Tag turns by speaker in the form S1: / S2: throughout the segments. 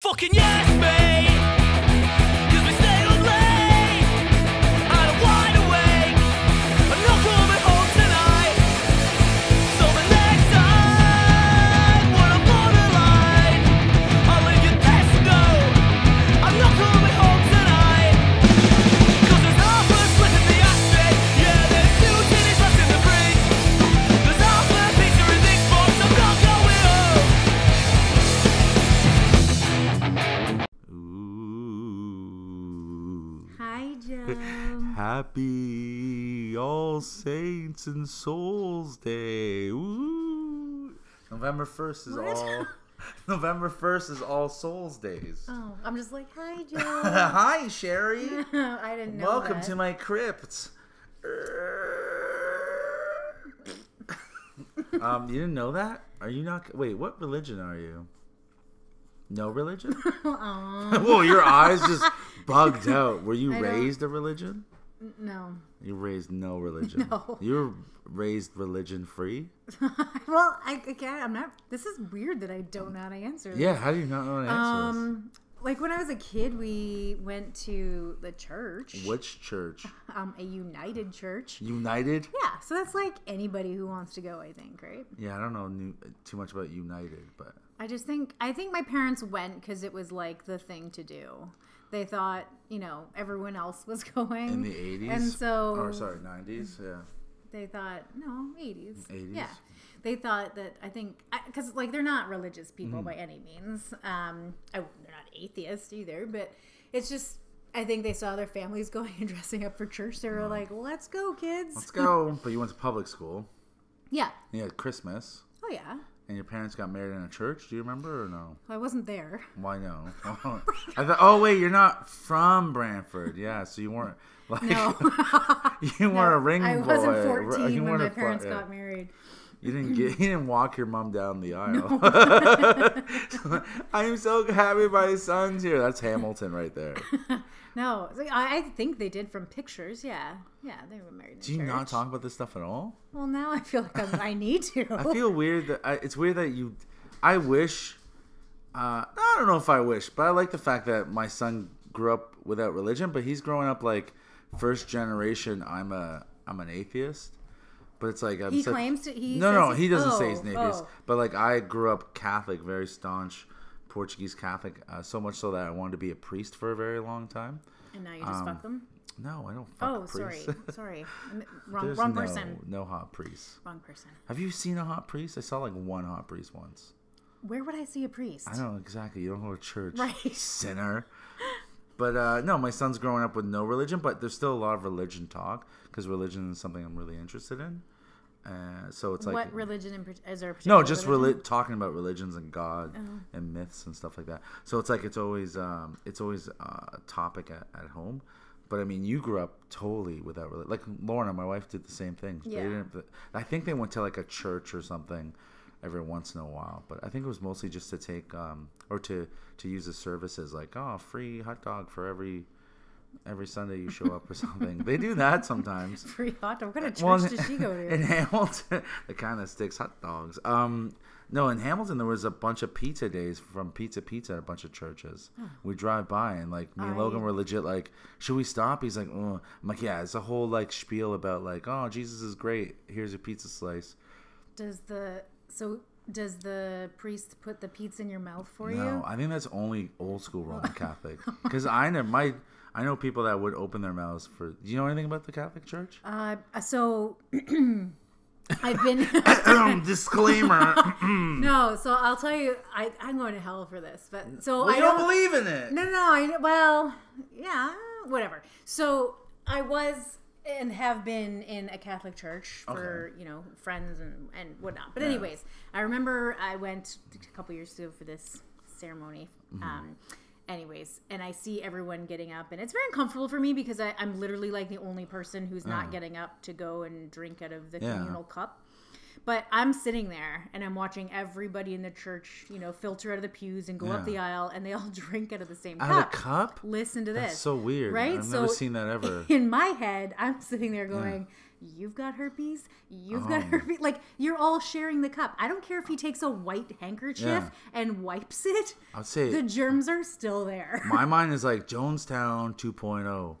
S1: fucking yes, mate. 'Cause we stayed up late. I am wide awake. I'm not coming home tonight. So the next time, when I'm borderline, I'll leave you pesto. I'm not coming home tonight. 'Cause there's half a slip in the ashtray. Yeah, there's two tinnies left in the fridge. There's half a pizza in this box. I'm not going home.
S2: Ooh.
S3: Hi, Joe.
S2: Happy All Saints and Souls Day. Ooh. November 1st is
S3: What?
S2: all. November 1st is All Souls Days.
S3: Oh, I'm just like, hi, Joe.
S2: Hi, Sherry.
S3: I didn't know.
S2: Welcome
S3: that.
S2: to my crypt. um, you didn't know that? Are you not? Wait, what religion are you? No religion? Whoa, your eyes just bugged out. Were you
S3: I don't-
S2: raised a religion?
S3: No.
S2: You raised no religion.
S3: No.
S2: You were raised religion free?
S3: Well, I again, I'm not. This is weird that I don't know how to answer. this.
S2: Yeah, how do you not know an answer? to
S3: Um, like when I was a kid, we went to the church,
S2: this? Which church?
S3: um, a United Church.
S2: United?
S3: Yeah, so that's like anybody who wants to go. I think, right?
S2: Yeah, I don't know new, too much about United, but
S3: I just think I think my parents went because it was like the thing to do. They thought, you know, everyone else was going
S2: in the 80s?
S3: and so
S2: Or sorry, 90s? Yeah.
S3: they thought no 80s
S2: 80s?
S3: yeah they thought that i think because like they're not religious
S2: Mm-hmm.
S3: people by any means um I, they're not atheists either but it's just i think they saw their families going and dressing up for church they were like let's go kids
S2: Mm. Let's go. but you went to public school.
S3: yeah
S2: You had Christmas.
S3: oh yeah
S2: And your parents got married in a church. Do you remember or no?
S3: i wasn't there
S2: Why no? I thought. Oh wait, you're not from Branford. Yeah, so you weren't like
S3: no
S2: you weren't a ring
S3: i
S2: boy.
S3: wasn't
S2: right?
S3: 14
S2: You
S3: when
S2: weren't
S3: my
S2: a fl-
S3: parents
S2: yeah.
S3: got married
S2: You didn't get. You didn't walk your mom down the aisle. I'm so happy my son's here. That's Hamilton right there.
S3: no so I, I think they did from pictures yeah yeah they were married in
S2: Do you not
S3: church.
S2: talk about this stuff at all?
S3: well now i feel like I'm, i need to
S2: I feel weird that I, it's weird that you. I wish. Uh, I don't know if I wish, but I like the fact that my son grew up without religion, but he's growing up like first generation. I'm a I'm an atheist, but it's like I'm
S3: He
S2: such-
S3: claims to- he
S2: no
S3: says
S2: no
S3: he-
S2: he doesn't say he's
S3: oh,
S2: an atheist,
S3: oh.
S2: but like I grew up Catholic, very staunch Portuguese Catholic, uh, so much so that I wanted to be a priest for a very long time.
S3: and now you just
S2: Um,
S3: fuck them
S2: No, I don't. Fuck
S3: Oh, sorry,
S2: priests.
S3: sorry, M- wrong,
S2: There's
S3: wrong
S2: no,
S3: person,
S2: No hot priests.
S3: wrong person.
S2: Have you seen a hot priest? I saw like one hot priest once.
S3: Where would I see a priest?
S2: I know exactly. You don't go to church,
S3: Right.
S2: sinner. But uh, no, my son's growing up with no religion, but there's still a lot of religion talk because religion is something I'm really interested in. Uh, so it's like
S3: what religion in part- is there? A
S2: no,
S3: particular
S2: just
S3: religion? Oh.
S2: reli- talking about religions and God and myths and stuff like that. So it's like it's always um, it's always uh, a topic at, at home. But I mean, you grew up totally without religion. Like Lorna, my wife, did the same thing. They
S3: Yeah.
S2: didn't, I think they went to like a church or something every once in a while. But I think it was mostly just to take um, or to to use the services like oh, free hot dog for every every Sunday you show up or something. they do that sometimes.
S3: free hot dog. What kind of church
S2: Well,
S3: does she go
S2: In
S3: to?
S2: Hamilton, the kind that sticks hot dogs. Um, no, in Hamilton there was a bunch of pizza days from Pizza Pizza at a bunch of churches. We drive by and like me and Logan
S3: I-
S2: were legit like, should we stop? He's like, oh. I'm like, yeah, it's a whole like spiel about like, oh, Jesus is great. Here's your pizza slice.
S3: Does the so does the priest put the pizza in your mouth for
S2: No,
S3: you? Oh.
S2: I think that's only old school Roman Catholic. Because I know my, I know people that would open their mouths for. Do you know anything about the Catholic Church?
S3: Uh, so I've been Um,
S2: Disclaimer.
S3: no. So I'll tell you, I I'm going to hell for this. But so
S2: well,
S3: I
S2: you don't believe in it.
S3: No, no, no. I, well, yeah, whatever. So I was and have been in a Catholic church for you know friends and and whatnot. But anyways, I remember I went a couple years ago for this ceremony. Um, anyways, and I see everyone getting up, and it's very uncomfortable for me because I, I'm literally like the only person who's not getting up to go and drink out of the
S2: Yeah.
S3: communal cup. But I'm sitting there and I'm watching everybody in the church, you know, filter out of the pews and go
S2: Yeah.
S3: up the aisle, and they all drink out of the same
S2: Out
S3: cup.
S2: of cup.
S3: Listen to this.
S2: That's so weird.
S3: Right?
S2: I've
S3: so
S2: never seen that ever.
S3: in my head, I'm sitting there going, You've got herpes. You've got
S2: Oh.
S3: herpes. Like you're all sharing the cup. I don't care if he takes a white handkerchief
S2: Yeah.
S3: and wipes it.
S2: I'd say-
S3: the germs are still there.
S2: My mind is like Jonestown 2.0.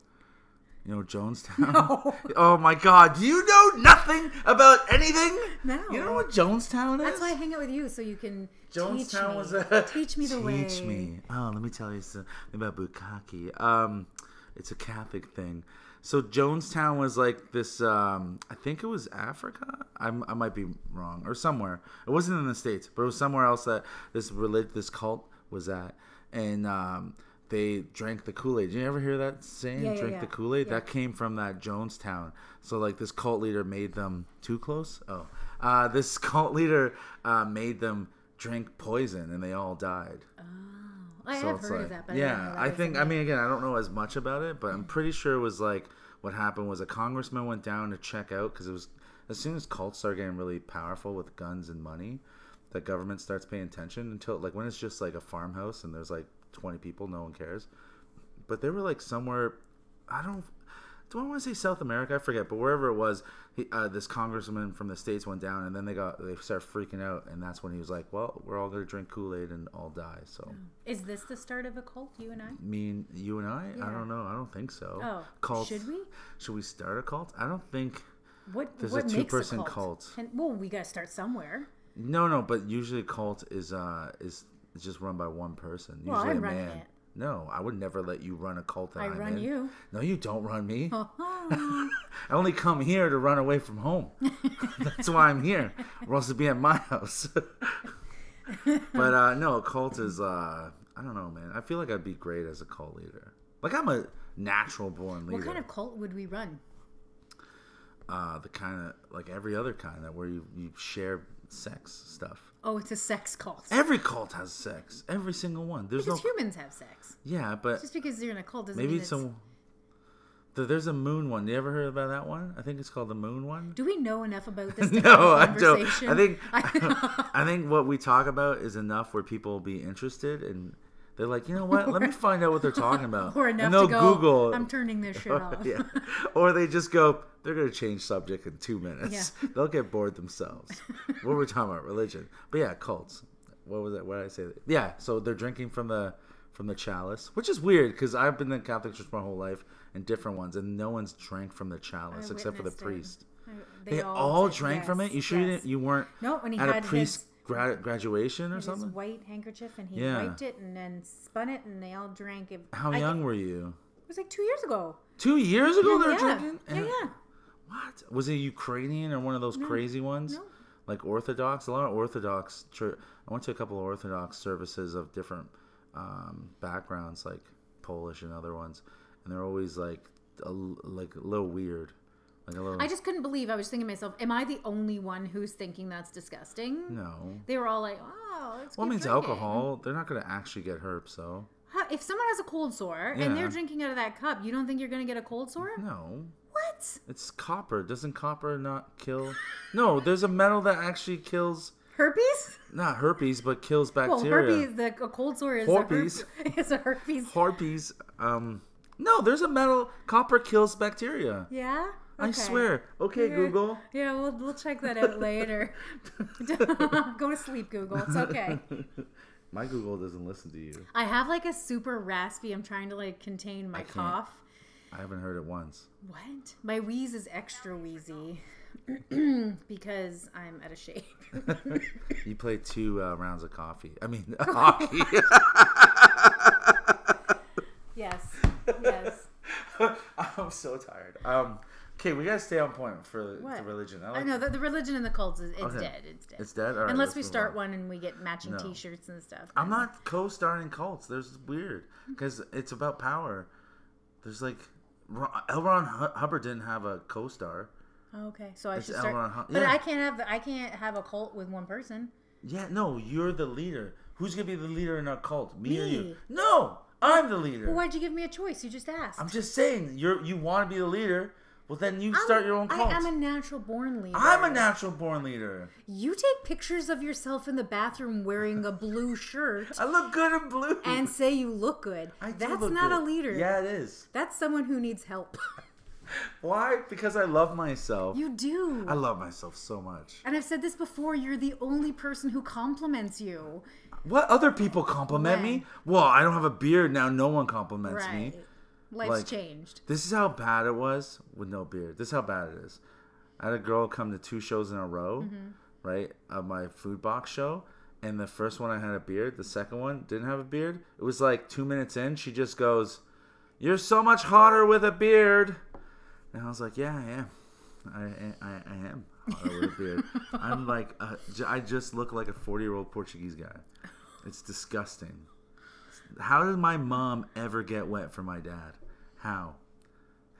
S2: You know Jonestown? Oh my god, do you know nothing about anything?
S3: No.
S2: You know what Jonestown is?
S3: That's why I hang out with you so you can teach
S2: Jonestown
S3: me.
S2: was a
S3: teach me the way.
S2: Teach me. Oh, let me tell you something about bukkake. Um, it's a Catholic thing. So Jonestown was like this. Um, I think it was Africa. I'm, I might be wrong or somewhere. It wasn't in the states, but it was somewhere else that this relig- this cult was at, and um, they drank the Kool Aid. You ever hear that saying?
S3: Yeah, yeah,
S2: drink
S3: yeah.
S2: the Kool Aid.
S3: Yeah.
S2: That came from that Jonestown. So like this cult leader made them too close. Oh, uh, this cult leader uh, made them drink poison, and they all died.
S3: I
S2: So
S3: have
S2: it's
S3: heard of
S2: like-
S3: that, but I, don't know
S2: yeah,
S3: that
S2: I,
S3: was Mm.
S2: think.
S3: in
S2: I
S3: there.
S2: mean, again, I don't know as much about it, but I'm pretty sure it was like what happened was a congressman went down to check out because it was as soon as cults start getting really powerful with guns and money, the government starts paying attention until like when it's just like a farmhouse and there's like 20 people, no one cares. But they were like somewhere, I don't. Do I want to say South America? I forget, but wherever it was, he, uh, this congressman from the states went down, and then they got they started freaking out, and that's when he was like, "Well, we're all gonna drink Kool Aid and all die." So
S3: is this the start of a cult? You and I?
S2: mean you and I? I
S3: Yeah.
S2: don't know. I don't think so.
S3: Oh,
S2: Cults-
S3: should we?
S2: Should we start a cult? I don't think.
S3: What
S2: There's a
S3: what makes a
S2: two-person
S3: cult?
S2: cult.
S3: Can, well, we gotta start somewhere.
S2: No, no. But usually, cult is uh is is just run by one person.
S3: Well,
S2: usually,
S3: I'm
S2: a
S3: running
S2: man.
S3: it.
S2: No, I would never let you run a cult. That
S3: I
S2: I'm
S3: run
S2: in.
S3: you.
S2: No, you don't run me.
S3: Oh,
S2: I only come here to run away from home. That's why I'm here. Or else to be at my house. but uh, no, a cult is uh, I don't know, man. I feel like I'd be great as a cult leader. Like I'm a natural born leader.
S3: what kind of cult would we run?
S2: uh, the kind of like every other kind that where you, you share sex stuff.
S3: Oh, it's a sex cult.
S2: Every cult has sex. Every single one. There's
S3: Because
S2: no
S3: humans have sex.
S2: yeah, but
S3: Just because you're in a cult doesn't
S2: maybe
S3: mean it's.
S2: it's a. Th- There's a moon one. You ever heard about that one? I think it's called the moon one.
S3: Do we know enough about this? to have
S2: No,
S3: a
S2: I don't.
S3: conversation?
S2: I think I think what we talk about is enough where people will be interested and they're like, you know what? Let me find out what they're talking about.
S3: or enough
S2: and they'll
S3: to go.
S2: Google. Oh,
S3: I'm turning this shit off.
S2: yeah. Or they just go, they're going to change subject in two minutes.
S3: Yeah.
S2: They'll get bored themselves. what were we talking about? Religion. But yeah, cults. What was it? What did I say? Yeah, so they're drinking from the from the chalice, which is weird because I've been in Catholic church my whole life and different ones, and no one's drank from the
S3: I
S2: chalice except for the
S3: witnessed it.
S2: priest.
S3: I-
S2: They, all,
S3: did-
S2: drank from
S3: yes,
S2: it. You sure you
S3: yes.
S2: didn't? You weren't
S3: No, when he
S2: at
S3: had
S2: a
S3: his-
S2: priest gra- graduation or
S3: With his
S2: something.
S3: white handkerchief, and he
S2: Yeah.
S3: wiped it, and then spun it, and they all drank it.
S2: How
S3: I-
S2: young were you?
S3: It was like two years ago.
S2: Two years ago, they were
S3: yeah,
S2: drinking.
S3: yeah,
S2: And-
S3: yeah.
S2: What was it? Ukrainian or one of those crazy ones?
S3: no.
S2: Like Orthodox, a lot of Orthodox church. I went to a couple of Orthodox services of different um, backgrounds, like Polish and other ones, and they're always like a, l- like a little weird, like a little.
S3: I just couldn't believe. I was thinking to myself, am I the only one who's thinking that's disgusting?
S2: no.
S3: They were all like, oh, it's
S2: Well, it
S3: good
S2: means
S3: drinking."
S2: alcohol. They're not going to actually get herpes, so
S3: Huh, If someone has a cold sore and
S2: Yeah.
S3: they're drinking out of that cup, you don't think you're going to get a cold sore?
S2: no.
S3: What?
S2: It's copper. Doesn't copper not kill? No, there's a metal that actually kills
S3: Herpes?
S2: not herpes, but kills
S3: Well,
S2: bacteria.
S3: herpes, the a cold sore is
S2: Herpes.
S3: a herpes. Is a herpes.
S2: Harpies. Um, no, there's a metal. Copper kills bacteria.
S3: Yeah?
S2: I
S3: Okay.
S2: swear. Okay,
S3: Yeah.
S2: Google.
S3: Yeah, we'll, we'll check that out later. Go to sleep, Google. It's okay.
S2: My Google doesn't listen to you.
S3: I have like a super raspy. I'm trying to like contain my
S2: can't.
S3: cough.
S2: I haven't heard it once.
S3: What? My wheeze is extra wheezy because I'm out of shape.
S2: You play two uh, rounds of coffee. I mean, hockey.
S3: Yes. Yes.
S2: I'm so tired. Um, okay, we gotta stay on point for the
S3: What?
S2: religion. I
S3: I
S2: like
S3: know the, the religion and the cults is it's
S2: Okay.
S3: dead. It's dead.
S2: It's dead? All right,
S3: Unless
S2: let's
S3: we
S2: move
S3: start
S2: on.
S3: one and we get matching
S2: No.
S3: T-shirts and stuff.
S2: I'm not co-starring cults. There's weird because it's about power. There's like Ro- L. Ron Hu- Hubbard didn't have a co-star.
S3: Oh, okay, so I
S2: It's
S3: should
S2: L.
S3: start.
S2: Ron Hubbard.
S3: But
S2: Yeah.
S3: I can't have the, I can't have a cult with one person.
S2: Yeah, no, you're the leader. Who's gonna be the leader in our cult? Me, or
S3: Me.
S2: you? No, I'm the leader.
S3: Well, why'd you give me a choice? You just asked.
S2: I'm just saying you're you want to be the leader. Well, then you start your own cult.
S3: I am a natural born leader.
S2: I'm a natural born leader.
S3: You take pictures of yourself in the bathroom wearing a blue shirt
S2: I look good in blue.
S3: and say you look good.
S2: I do
S3: That's
S2: look
S3: not
S2: good.
S3: a leader.
S2: Yeah, it is.
S3: That's someone who needs help.
S2: Why? Because I love myself.
S3: You do.
S2: I love myself so much.
S3: and I've said this before, you're the only person who compliments you.
S2: What other people compliment me?
S3: Right.
S2: Well, I don't have a beard now. No one compliments
S3: right.
S2: me.
S3: Life's
S2: Like-
S3: changed.
S2: This is how bad it was with no beard. This is how bad it is. I had a girl come to two shows in a row, right, of my food box show. And the first one I had a beard. The second one didn't have a beard. It was like two minutes in. She just goes, You're so much hotter with a beard. And I was like, Yeah, I am. I, I, I am hotter with a beard. I'm like, uh, j- I just look like a 40 year old Portuguese guy. It's disgusting. How did my mom ever get wet for my dad? How?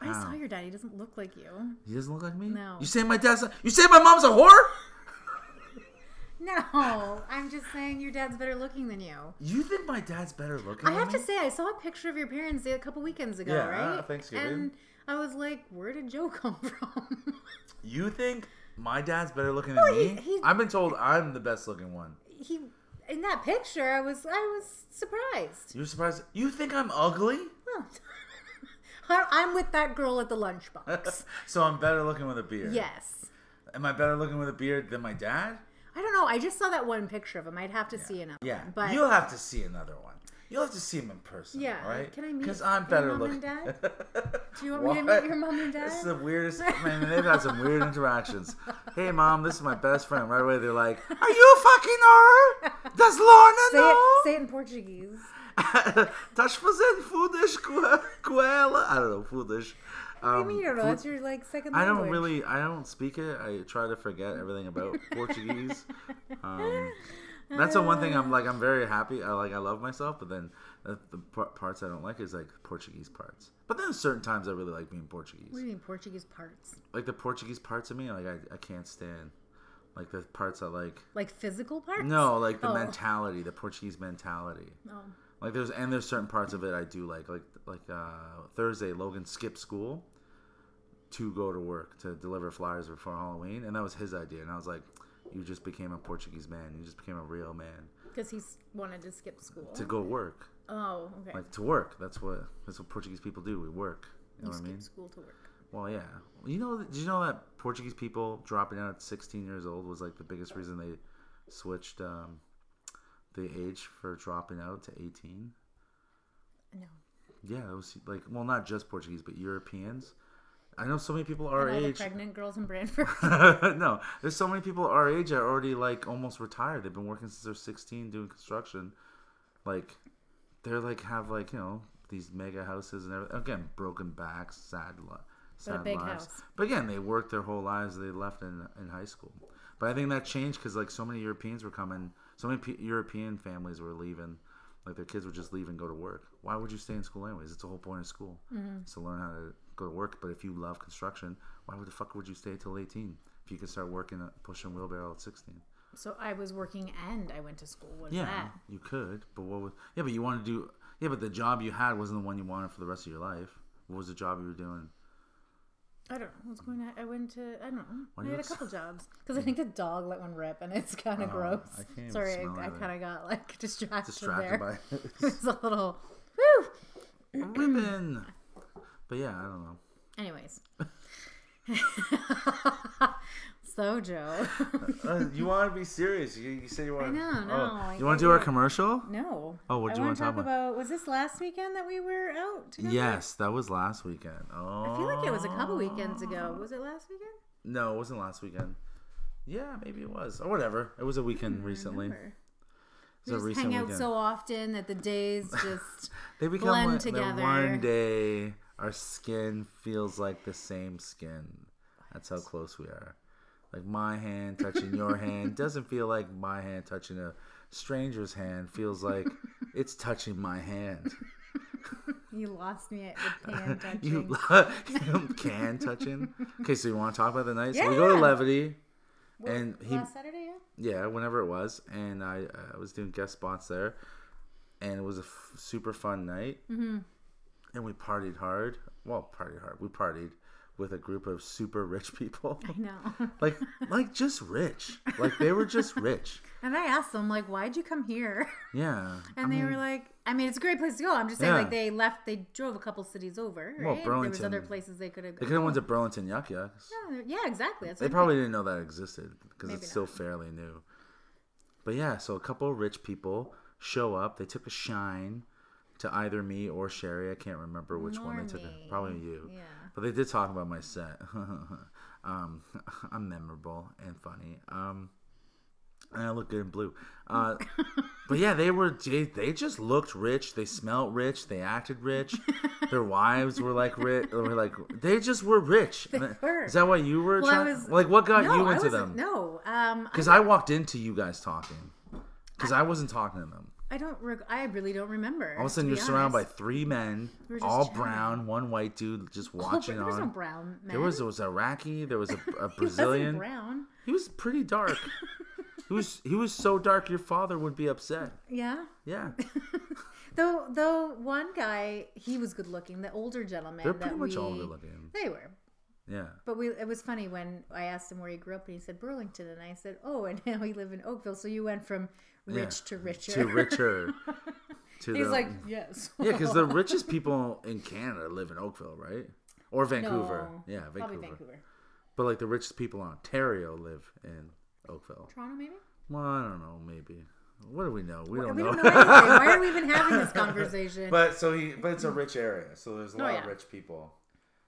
S3: I saw
S2: Wow.
S3: your dad. He doesn't look like you.
S2: He doesn't look like me.
S3: No.
S2: You say my dad's. A, you say my mom's a whore.
S3: No, I'm just saying your dad's better looking than you.
S2: You think my dad's better looking?
S3: I
S2: than
S3: have to
S2: me?
S3: say, I saw a picture of your parents a couple weekends ago,
S2: Yeah,
S3: right?
S2: uh, Thanksgiving.
S3: And I was like, where did Joe come from?
S2: You think my dad's better looking
S3: Well,
S2: than
S3: he-
S2: me?
S3: he-
S2: I've been told I'm the best looking one.
S3: he in that picture, I was I was surprised.
S2: You're surprised? You think I'm ugly?
S3: Well, I- I'm with that girl at the lunchbox.
S2: so I'm better looking with a beard.
S3: yes.
S2: Am I better looking with a beard than my dad?
S3: I don't know. I just saw that one picture of him. I'd have to see another.
S2: Yeah.
S3: one, but
S2: You'll have to see another one. You'll have to see him in person.
S3: Yeah,
S2: All right.
S3: can I meet
S2: Because I'm
S3: your
S2: better
S3: mom
S2: looking.
S3: and do you want me to meet your mom and
S2: This is
S3: dad?
S2: the weirdest. I mean, they've had some weird interactions. Hey, mom, this is my best friend. Right away, they're like, "Are you fucking her? Does Lorna
S3: Say
S2: know?"
S3: it, say it in Portuguese.
S2: Estás fazendo foolish com com ela? I don't know, foolish.
S3: I
S2: Um,
S3: mean, you don't know.
S2: fool-
S3: It's your like second
S2: I
S3: language.
S2: don't really. I don't speak it. I try to forget everything about Portuguese. Um, that's the one thing I'm like. I'm very happy. I like. I love myself. But then the, the par- parts I don't like is like Portuguese parts. But then certain times I really like being Portuguese
S3: What do you mean Portuguese parts?
S2: like the Portuguese parts of me, like I, I can't stand. Like the parts I like.
S3: Like physical parts?
S2: No, like the
S3: Oh.
S2: mentality, the Portuguese mentality.
S3: Oh.
S2: Like there's and there's certain parts of it I do like. Like like uh, Thursday, Logan skipped school to go to work to deliver flyers before Halloween, and that was his idea. And I was like, "You just became a Portuguese man. You just became a real man
S3: Because he s- wanted to skip school.
S2: to go work,
S3: oh, okay.
S2: like to work. That's what that's what Portuguese people do. We work. You know
S3: you
S2: what I
S3: skip
S2: mean?
S3: school to work.
S2: Well, yeah. You know, did you know that Portuguese people dropping out at 16 years old was like the biggest reason they switched um, the age for dropping out to 18?
S3: No.
S2: Yeah, it was like, well, not just Portuguese, but Europeans. I know so many people our
S3: And all the
S2: age.
S3: pregnant girls in Brantford.
S2: no, there's so many people our age are already like almost retired. They've been working since they're 16 doing construction. Like, they're like, have like, you know, these mega houses and everything. Again, broken backs, sad, li- sad
S3: big
S2: lives.
S3: house.
S2: But again, they worked their whole lives. They left in, in high school. But I think that changed because like so many Europeans were coming. So many P- European families were leaving. Like their kids would just leave and go to work. Why would you stay in school anyways? It's the whole point of school.
S3: Mm-hmm.
S2: It's to learn how to go to work. But if you love construction, why would the fuck would you stay till 18 if you could start working at pushing wheelbarrow at 16?
S3: so I was working and I went to school. What's
S2: Yeah,
S3: that?
S2: you could. But what was? Yeah, but you want to do. Yeah, but the job you had wasn't the one you wanted for the rest of your life. What was the job you were doing?
S3: I don't know what's going on. I went to I don't know.
S2: Why
S3: I
S2: do you
S3: had
S2: look
S3: a
S2: so- Oh,
S3: couple jobs because I think the dog let one rip and it's kind of gross.
S2: I can't even
S3: Sorry,
S2: smell
S3: I, I
S2: anything.
S3: kind of got like distracted,
S2: Distracted
S3: there.
S2: by
S3: it was a little. Whew.
S2: women. But yeah, I don't know.
S3: Anyways, so Joe,
S2: Uh, you want to be serious? You, you say you oh. want.
S3: know, no, I
S2: you want
S3: can't
S2: to do our commercial?
S3: no.
S2: Oh, what do
S3: I
S2: you
S3: wanna
S2: wanna talk
S3: talk about? Was this last weekend that we were out? Together?
S2: Yes, that was last weekend. Oh,
S3: I feel like it was a couple weekends ago. Was it last weekend?
S2: No, it wasn't last weekend. Yeah, maybe it was or whatever. It was a weekend recently. It
S3: Or-
S2: was
S3: Hmm,
S2: a
S3: We just
S2: recent
S3: hang out
S2: weekend.
S3: so often that the days just.
S2: they become
S3: blend
S2: like,
S3: together.
S2: The one day our skin feels like the same skin. That's how close we are. Like my hand touching your hand doesn't feel like my hand touching a stranger's hand. Feels like it's touching my hand.
S3: you lost me at the pan touching.
S2: You, lo- you can touching. Okay, so you want to talk about the night? So we go to
S3: Yeah.
S2: Levity, and he
S3: last Saturday, yeah.
S2: yeah, whenever it was, and I uh, was doing guest spots there, and it was a f- super fun night, mm-hmm. and we partied hard. Well, partied hard. We partied. with a group of super rich people.
S3: I know.
S2: like like just rich. Like they were just rich.
S3: and I asked them, like, why'd you come here?
S2: Yeah.
S3: And they were like, I mean, it's a great place to go. I'm just saying,
S2: Yeah.
S3: like, they left, they drove a couple cities over. Right?
S2: Well,
S3: there was other
S2: Burlington-
S3: places they could have
S2: They could have went to Burlington Yuck Yucks.
S3: Yeah, exactly. That's
S2: They
S3: what
S2: probably didn't know that existed because
S3: Maybe
S2: it's still
S3: not.
S2: fairly new. But yeah, so a couple of rich people show up. They took a shine to either me or Sherry. I can't remember which one they took. A,
S3: Normie.
S2: probably you.
S3: Yeah.
S2: But they did talk about my set. um, I'm memorable and funny. Um, and I look good in blue. Uh, but yeah, they were they, they just looked rich. They smelled rich. They acted rich. Their wives were like rich. Were like they just were rich. Is
S3: were.
S2: that why you were
S3: Well, I
S2: trying-
S3: was-
S2: like what got
S3: no,
S2: you
S3: I
S2: into
S3: wasn't-
S2: them?
S3: No, um, I,
S2: Because I walked into you guys talking. Because I wasn't talking to them.
S3: I don't. Reg- I really don't remember.
S2: All of a sudden, you're surrounded by three men,
S3: We were just
S2: all
S3: chatting.
S2: brown, one white dude just
S3: Oh,
S2: watching
S3: there was
S2: on.
S3: no brown man.
S2: There was there was Iraqi. There was a, a Brazilian.
S3: He wasn't brown.
S2: He was pretty dark. he was he was so dark your father would be upset.
S3: Yeah.
S2: Yeah,
S3: Though, though one guy, he was good looking. The older gentleman.
S2: they're pretty
S3: that
S2: much
S3: we,
S2: all good looking.
S3: They were.
S2: Yeah,
S3: But we, it was funny when I asked him where he grew up, and he said Burlington, and I said, "Oh, and now we live in Oakville." So you went from rich
S2: Yeah.
S3: to richer.
S2: to richer. To
S3: He's
S2: the,
S3: like, "Oh." "Yes."
S2: yeah, because the richest people in Canada live in Oakville, right? Or Vancouver.
S3: No,
S2: yeah, Vancouver.
S3: probably Vancouver,
S2: But like the richest people in Ontario live in Oakville.
S3: Toronto, maybe.
S2: Well, I don't know. Maybe. What do we know? We don't
S3: we
S2: know.
S3: don't know anything. Why are we even having this conversation?
S2: But so he, but it's a rich area, so there's a lot of
S3: Oh, yeah.
S2: rich people.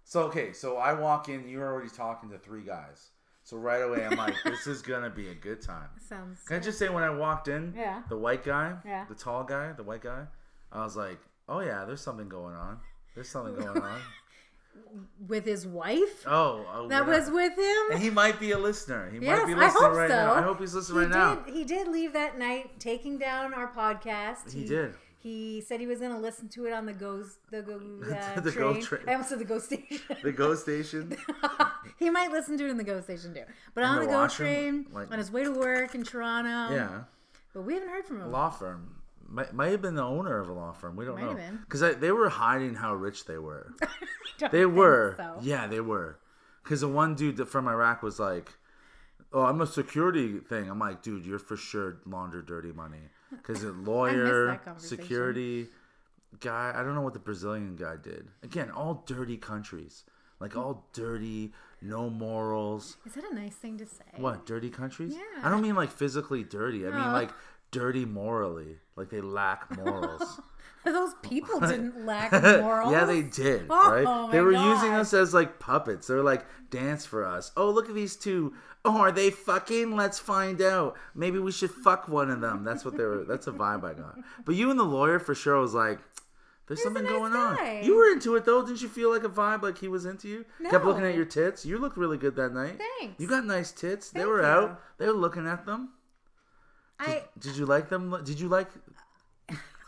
S2: So okay, so I walk in, you're already talking to three guys. So right away, I'm like, this is gonna be a good time.
S3: Sounds.
S2: Can I just say when I walked in,
S3: Yeah.
S2: the white guy,
S3: Yeah.
S2: the tall guy, the white guy, I was like, oh yeah, there's something going on. There's something going on.
S3: with his wife.
S2: Oh, oh,
S3: That
S2: we're
S3: was
S2: not-
S3: with him.
S2: And he might be a listener. He
S3: Yes,
S2: might be
S3: I
S2: listening
S3: hope
S2: right
S3: so.
S2: now. I hope he's listening
S3: He
S2: right now.
S3: did. He did leave that night, taking down our podcast.
S2: He did.
S3: He said he was going to listen to it on the go the go uh,
S2: The go
S3: train.
S2: train.
S3: I almost said the go station.
S2: The ghost station.
S3: he might listen to it in the go station too, but on
S2: the
S3: the go
S2: washroom,
S3: train
S2: like-
S3: on his way to work in Toronto.
S2: yeah.
S3: but we haven't heard from him.
S2: law firm. Might, might have been the owner of a law firm. We don't
S3: Might have
S2: know
S3: been.
S2: because they were hiding how rich they were.
S3: Don't
S2: They
S3: think
S2: were,
S3: So.
S2: yeah, they were. Because the one dude that- from Iraq was like, "Oh, I'm a security thing." I'm like, "Dude, you're for sure launder dirty money." Because a lawyer,
S3: that conversation.
S2: security guy. I don't know what the Brazilian guy did. Again, all dirty countries, like all dirty, no morals.
S3: Is that a nice thing to say?
S2: What dirty countries?
S3: Yeah.
S2: I don't mean like physically dirty. I mean
S3: No.
S2: like dirty morally. Like they lack morals.
S3: Those people didn't lack morals.
S2: yeah, they did.
S3: Oh,
S2: right?
S3: my
S2: They were using
S3: God.
S2: us as like puppets. They were like dance for us. Oh, look at these two. Oh, are they fucking? Let's find out. Maybe we should fuck one of them. That's what they were. That's a vibe I got. But you and the lawyer for sure was like. There's
S3: a
S2: something
S3: nice
S2: going
S3: guy.
S2: on. You were into it though, didn't you feel like a vibe like he was into you? Kept looking at
S3: No.
S2: your tits. You looked really good that night.
S3: Thanks.
S2: You got nice tits. they
S3: Thank
S2: were
S3: you.
S2: out. They were looking at them.
S3: I
S2: Did you like them? Did you like?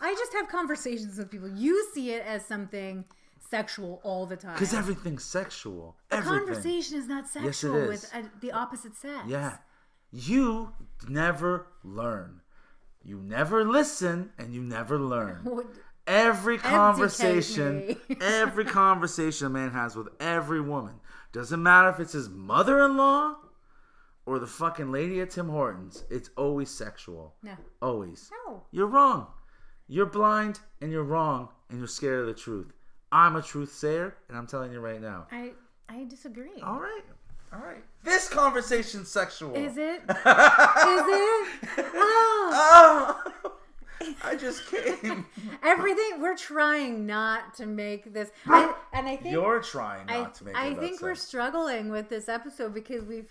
S3: I just have conversations with people. You see it as something sexual all the time.
S2: Because everything's sexual. Everything.
S3: Conversation is not
S2: it
S3: sexual
S2: is.
S3: with uh the opposite sex.
S2: Yeah. You never learn. You never listen and you never learn.
S3: What-
S2: Every conversation,
S3: me.
S2: every conversation a man has with every woman, doesn't matter if it's his mother in law or the fucking lady at Tim Hortons, it's always sexual.
S3: No.
S2: Always.
S3: No.
S2: You're wrong. You're blind and you're wrong and you're scared of the truth. I'm a truth sayer and I'm telling you right now.
S3: I I disagree.
S2: All right. All right. This conversation's sexual.
S3: Is it? Is it? Oh,
S2: Oh, I just came.
S3: everything we're trying not to make this, and, and I think
S2: You're trying
S3: I,
S2: not to make. it
S3: I
S2: about
S3: think we're
S2: sex.
S3: struggling with this episode because we've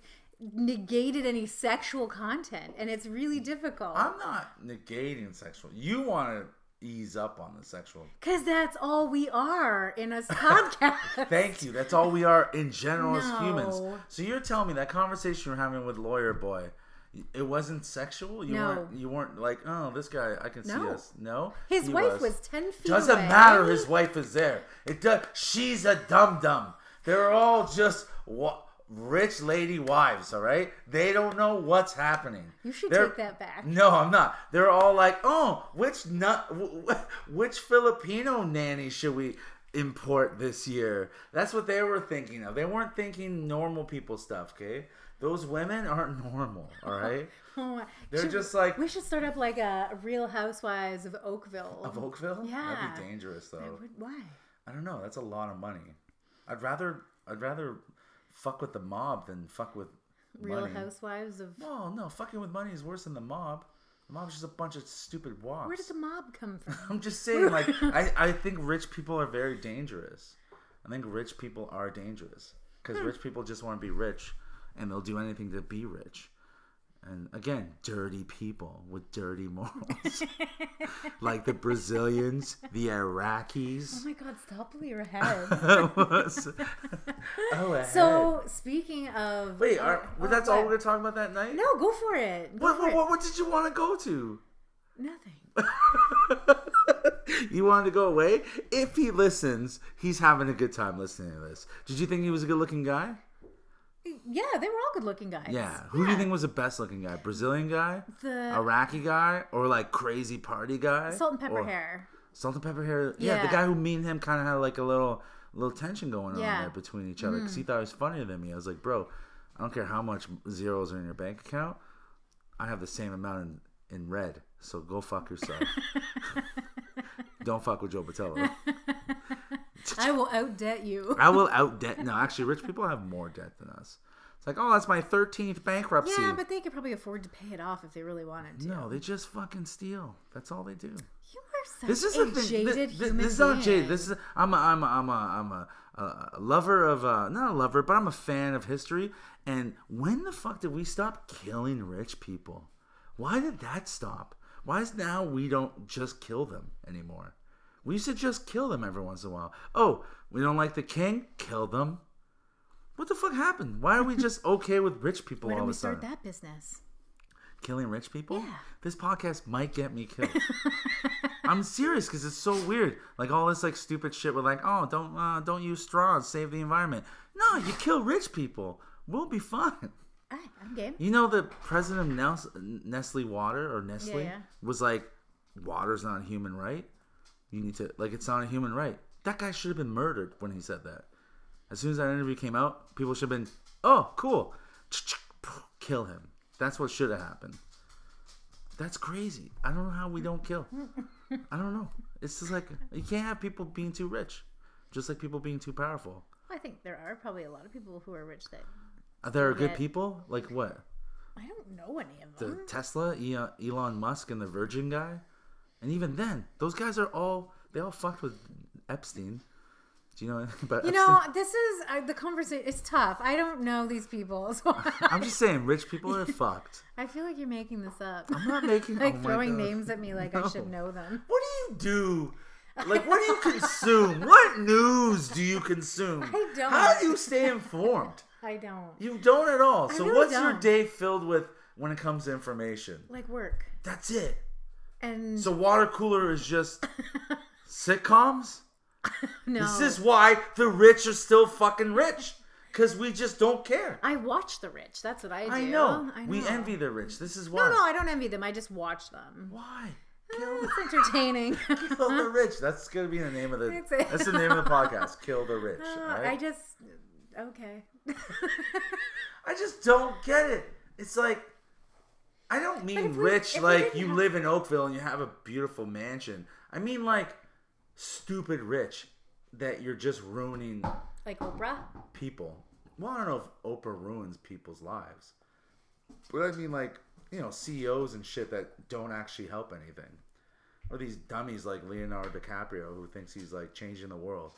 S3: negated any sexual content, and it's really difficult.
S2: Mm. I'm not negating sexual. You want to ease up on the sexual.
S3: Because that's all we are in a podcast.
S2: Thank you. That's all we are in general as humans.
S3: No.
S2: So you're telling me that conversation you're having with lawyer boy, it wasn't sexual. You
S3: No.
S2: weren't. You weren't like, oh, this guy. I can see
S3: No.
S2: us. No.
S3: His
S2: He
S3: wife was ten feet.
S2: Doesn't
S3: away.
S2: matter. His wife is there. It does. She's a dum dum. They're all just wa- rich lady wives. All right. They don't know what's happening.
S3: You should
S2: They're-
S3: take that back.
S2: No, I'm not. They're all like, oh, which nut, wh- wh- which Filipino nanny should we? import this year. That's what they were thinking of. They weren't thinking normal people stuff, okay? Those women aren't normal, all right?
S3: Oh,
S2: They're
S3: should-
S2: just like-
S3: we should start up like a Real Housewives of Oakville.
S2: Of Oakville?
S3: Yeah.
S2: That'd be dangerous though.
S3: I would- Why?
S2: I don't know. That's a lot of money. I'd rather I'd rather fuck with the mob than fuck with
S3: Real
S2: money.
S3: Housewives of.
S2: No, no, fucking with money is worse than the mob. The mob's just a bunch of stupid wops.
S3: Where did the mob come from?
S2: I'm just saying, like, I, I think rich people are very dangerous. I think rich people are dangerous because
S3: Hmm.
S2: rich people just want to be rich and they'll do anything to be rich. And again, dirty people with dirty morals, like the Brazilians, the Iraqis.
S3: Oh my God! Stop with your head.
S2: oh, a head.
S3: so speaking of.
S2: wait, are,
S3: uh,
S2: well,
S3: oh,
S2: that's all
S3: what?
S2: we're talking about that night?
S3: No, go for it. Go
S2: What,
S3: for
S2: what,
S3: it.
S2: what, what did you want to go to?
S3: Nothing.
S2: you wanted to go away? If he listens, he's having a good time listening to this. Did you think he was a good looking guy?
S3: Yeah, they were all good-looking guys.
S2: Yeah. Who do you think was the best looking guy? Brazilian guy?
S3: The-
S2: Iraqi guy? Or like crazy party guy?
S3: Salt and pepper
S2: Or-
S3: hair.
S2: Salt and pepper hair. Yeah, the
S3: Yeah.
S2: guy who me and him kind of had like a little little tension going on
S3: Yeah. Mm.
S2: there between each other because he thought he was funnier than me. I was like, bro, I don't care how much zeros are in your bank account, I have the same amount in, in red. So go fuck yourself. don't fuck with Joe Patello.
S3: I will outdebt you.
S2: I will out debt. No, actually, rich people have more debt than us. It's like, oh, that's my thirteenth bankruptcy.
S3: Yeah, but they could probably afford to pay it off if they really wanted to.
S2: no, they just fucking steal. That's all they do.
S3: You are such
S2: This is
S3: a
S2: the thing.
S3: jaded
S2: This, this,
S3: human
S2: this is not
S3: being.
S2: jaded. This is I'm a I'm a I'm a I'm a, a lover of uh, not a lover, but I'm a fan of history. And when the fuck did we stop killing rich people? Why did that stop? Why is now we don't just kill them anymore? We used to just kill them every once in a while. Oh, we don't like the king? Kill them. What the fuck happened? Why are we just okay with rich people
S3: Why
S2: all of
S3: don't we
S2: a sudden?
S3: start that business?
S2: killing rich people
S3: Yeah.
S2: this podcast might get me killed i'm serious because it's so weird like all this like stupid shit we're like oh don't uh, don't use straws save the environment no you kill rich people we'll be fine
S3: All right, I'm game.
S2: you know the president of Nes- nestle water or nestle
S3: Yeah, yeah.
S2: was like water's not a human right you need to like it's not a human right that guy should have been murdered when he said that as soon as that interview came out people should have been oh cool kill him that's what should have happened that's crazy i don't know how we don't kill i don't know it's just like you can't have people being too rich just like people being too powerful
S3: I think there are probably a lot of people who are rich that
S2: are there good
S3: Yeah.
S2: people like what
S3: I don't know any of
S2: the
S3: them.
S2: Tesla, Elon, Elon Musk, and the Virgin guy. And even then, those guys are all they all fucked with Epstein. Do you know anything about
S3: you
S2: Epstein?
S3: know, this is uh, the conversation. It's tough. I don't know these people, so
S2: I'm just saying, rich people are fucked.
S3: I feel like you're making this up.
S2: I'm not making
S3: like
S2: oh my
S3: throwing
S2: God.
S3: names at me like I should
S2: No.
S3: know them.
S2: What do you do? Like, what do you consume? what news do you consume?
S3: I don't.
S2: How do you stay informed?
S3: I don't.
S2: You don't at all. So,
S3: really
S2: what's your
S3: don't.
S2: day filled with when it comes to information?
S3: Like work
S2: That's it.
S3: and
S2: So, water cooler is just sitcoms.
S3: no.
S2: This is why the rich are still fucking rich. Because we just don't care.
S3: I watch the rich. That's what I do.
S2: I know.
S3: I
S2: We
S3: know.
S2: envy the rich. This is why.
S3: No, no, I don't envy them. I just watch them.
S2: Why?
S3: Eh, It's entertaining.
S2: Kill the rich. That's going to be the name of the.
S3: That's it.
S2: That's the name of the podcast. Kill the rich.
S3: Uh,
S2: all right?
S3: I just okay.
S2: I just don't get it. It's like I don't mean
S3: if we-
S2: rich
S3: if we
S2: like
S3: didn't
S2: you
S3: have-
S2: live in Oakville and you have a beautiful mansion. I mean like stupid rich that you're just ruining
S3: like Oprah.
S2: people. Well, I don't know if Oprah ruins people's lives, but I mean, like, you know, CEOs and shit that don't actually help anything. Or these dummies like Leonardo DiCaprio who thinks he's like changing the world.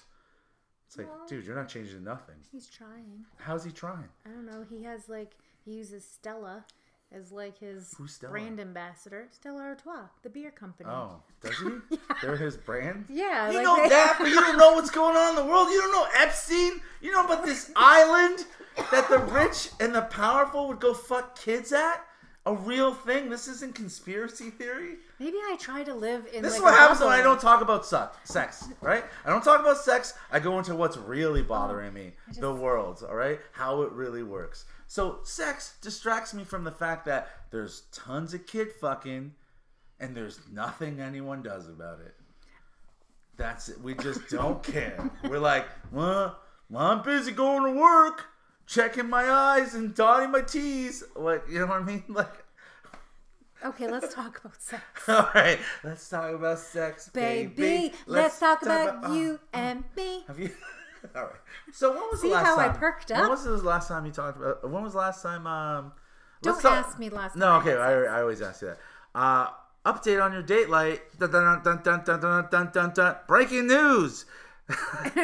S2: It's like,
S3: Well-
S2: dude, you're not changing nothing.
S3: He's trying.
S2: How's he trying?
S3: I don't know. He has like he uses Stella as like his
S2: Who's Stella?
S3: brand ambassador. Stella Artois, the beer company.
S2: Oh, does he? They're his brand?
S3: Yeah,
S2: You
S3: like
S2: know
S3: they-
S2: that, but you don't know what's going on in the world. You don't know Epstein. You know about this island that the rich and the powerful would go fuck kids at? A real thing? This isn't conspiracy theory?
S3: Maybe I try to live in.
S2: This
S3: like,
S2: is what
S3: a
S2: happens when I
S3: bubble.
S2: don't talk about suck, sex, right? I don't talk about sex. I go into what's really bothering me, the world, all right? How it really works. So, sex distracts me from the fact that there's tons of kid fucking and there's nothing anyone does about it. That's it. We just don't care. We're like, well, well, I'm busy going to work, checking my eyes and dotting my T's. Like, you know what I mean? Like,
S3: Okay, let's talk about sex.
S2: all right, let's talk about sex,
S3: Baby,
S2: baby.
S3: let's, talk, about,
S2: oh,
S3: you and me.
S2: have you? all right. So when was
S3: See
S2: the last
S3: how I
S2: time?
S3: perked
S2: When
S3: up?
S2: was the last time you talked about? When was the last time? Um,
S3: Don't
S2: let's talk-
S3: ask me last
S2: No,
S3: time
S2: okay. I, I always ask you that. Uh, update on your date light. Dun, dun, dun, dun, dun, dun, dun, dun, dun. Breaking news.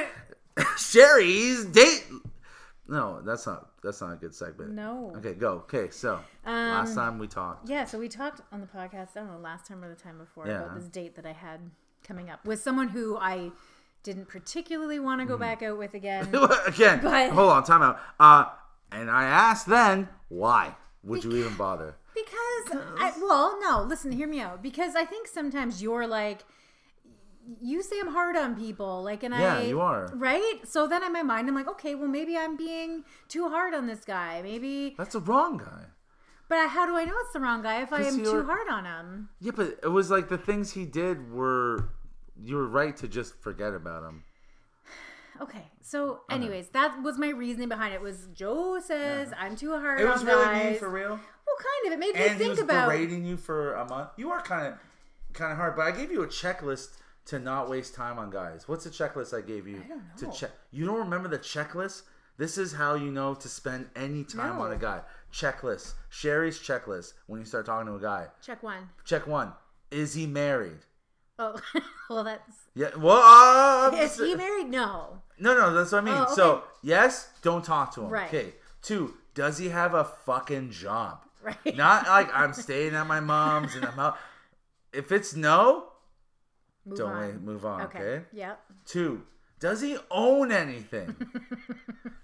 S2: Sherry's date. No, that's not. That's not a good segment.
S3: No. Um,
S2: Okay, go. Okay, so last time we talked.
S3: Yeah, so we talked on the podcast, I don't know, last time or the time before,
S2: Yeah.
S3: about this date that I had coming up with someone who I didn't particularly want to
S2: Hmm.
S3: go back out with again.
S2: Again,
S3: But-
S2: hold on, time out. Uh, and I asked then, why would you even bother?
S3: Because I well, no, listen, hear me out. Because I think sometimes you're like you say I'm hard on people, like and
S2: Yeah,
S3: I
S2: you are.
S3: Right? So then in my mind I'm like, okay, well maybe I'm being too hard on this guy. Maybe
S2: That's the wrong guy.
S3: but how do I know it's the wrong guy if I
S2: 'Cause
S3: am
S2: you're-
S3: too hard on him?
S2: Yeah, but it was like the things he did were. You were right to just forget about him.
S3: Okay. So anyways, that was my reasoning behind it was Joe says I'm too hard
S2: It
S3: on
S2: was really
S3: guys.
S2: mean for real.
S3: Well kind of. It made me
S2: and he
S3: think
S2: was
S3: about
S2: berating you for a month. You are kind of kind of hard, but I gave you a checklist to not waste time on guys. What's the checklist I gave you
S3: don't
S2: to
S3: know.
S2: check? You don't remember the checklist? This is how you know to spend any time on a
S3: No.
S2: guy. Checklist. Sherry's checklist when you start talking to a guy.
S3: check one.
S2: Check one: Is he married?
S3: Oh well that's
S2: Yeah. Well, uh,
S3: is he married? No.
S2: no, no, that's what I mean.
S3: Oh, okay.
S2: So yes, don't talk to him.
S3: Right.
S2: Okay. Two: Does he have a fucking job?
S3: Right.
S2: Not like I'm staying at my mom's and I'm out. If it's no,
S3: Move
S2: don't
S3: on.
S2: wait, move on. Okay.
S3: Okay. Yep.
S2: Two. Does he own anything?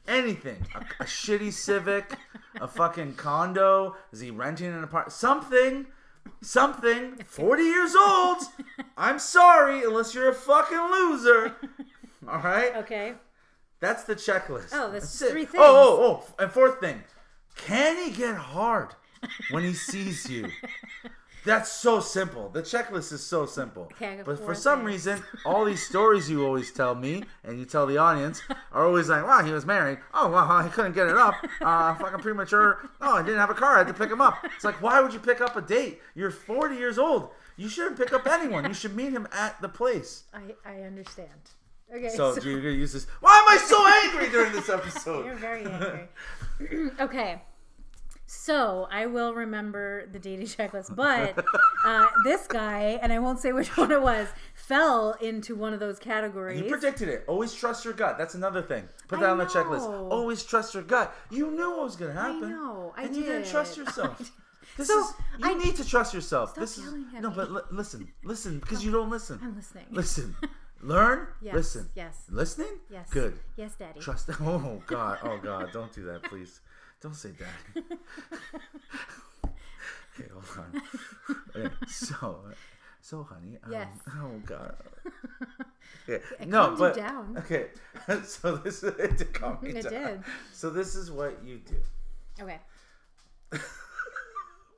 S2: anything? A, a shitty Civic, a fucking condo? Is he renting an apartment? Something. Something. Forty years old. I'm sorry, unless you're a fucking loser. All right.
S3: Okay.
S2: That's the checklist.
S3: Oh, that's just
S2: it.
S3: three
S2: Oh, oh, oh, and fourth thing. Can he get hard when he sees you? That's so simple. The checklist is so simple.
S3: Okay, I got
S2: but
S3: four
S2: for some
S3: things.
S2: reason, all these stories you always tell me and you tell the audience are always like, "Wow, he was married. Oh, well, I couldn't get it up. Uh, fucking premature. Oh, I didn't have a car. I had to pick him up." It's like, why would you pick up a date? You're 40 years old. You shouldn't pick up anyone. You should meet him at the place.
S3: I, I understand. Okay.
S2: So,
S3: So,
S2: you're gonna use this. Why am I so angry during this episode?
S3: you're very angry. okay. So I will remember the dating checklist, but uh, this guy, and I won't say which one it was, fell into one of those categories.
S2: You predicted it. Always trust your gut. That's another thing. Put that
S3: I
S2: on the checklist.
S3: know.
S2: Always trust your gut. You knew what was gonna happen.
S3: know. I
S2: and you didn't
S3: did.
S2: trust
S3: I
S2: yourself.
S3: did.
S2: This
S3: So,
S2: is you
S3: I-
S2: need to trust yourself. this is
S3: yelling at
S2: no,
S3: me.
S2: but li- listen, listen, because you don't listen.
S3: I'm listening.
S2: Listen, learn.
S3: Yes,
S2: Listen.
S3: yes.
S2: Listening.
S3: Yes.
S2: Good.
S3: Yes, Daddy.
S2: Trust. Oh God. Oh God. Don't do that, please. Don't say that. okay, hold on. Okay, so, so honey. Um,
S3: Yes.
S2: Oh God. Okay. No,
S3: calmed you
S2: but
S3: down.
S2: okay. So this is it did calm me
S3: It
S2: down.
S3: did.
S2: So this is what you do.
S3: Okay.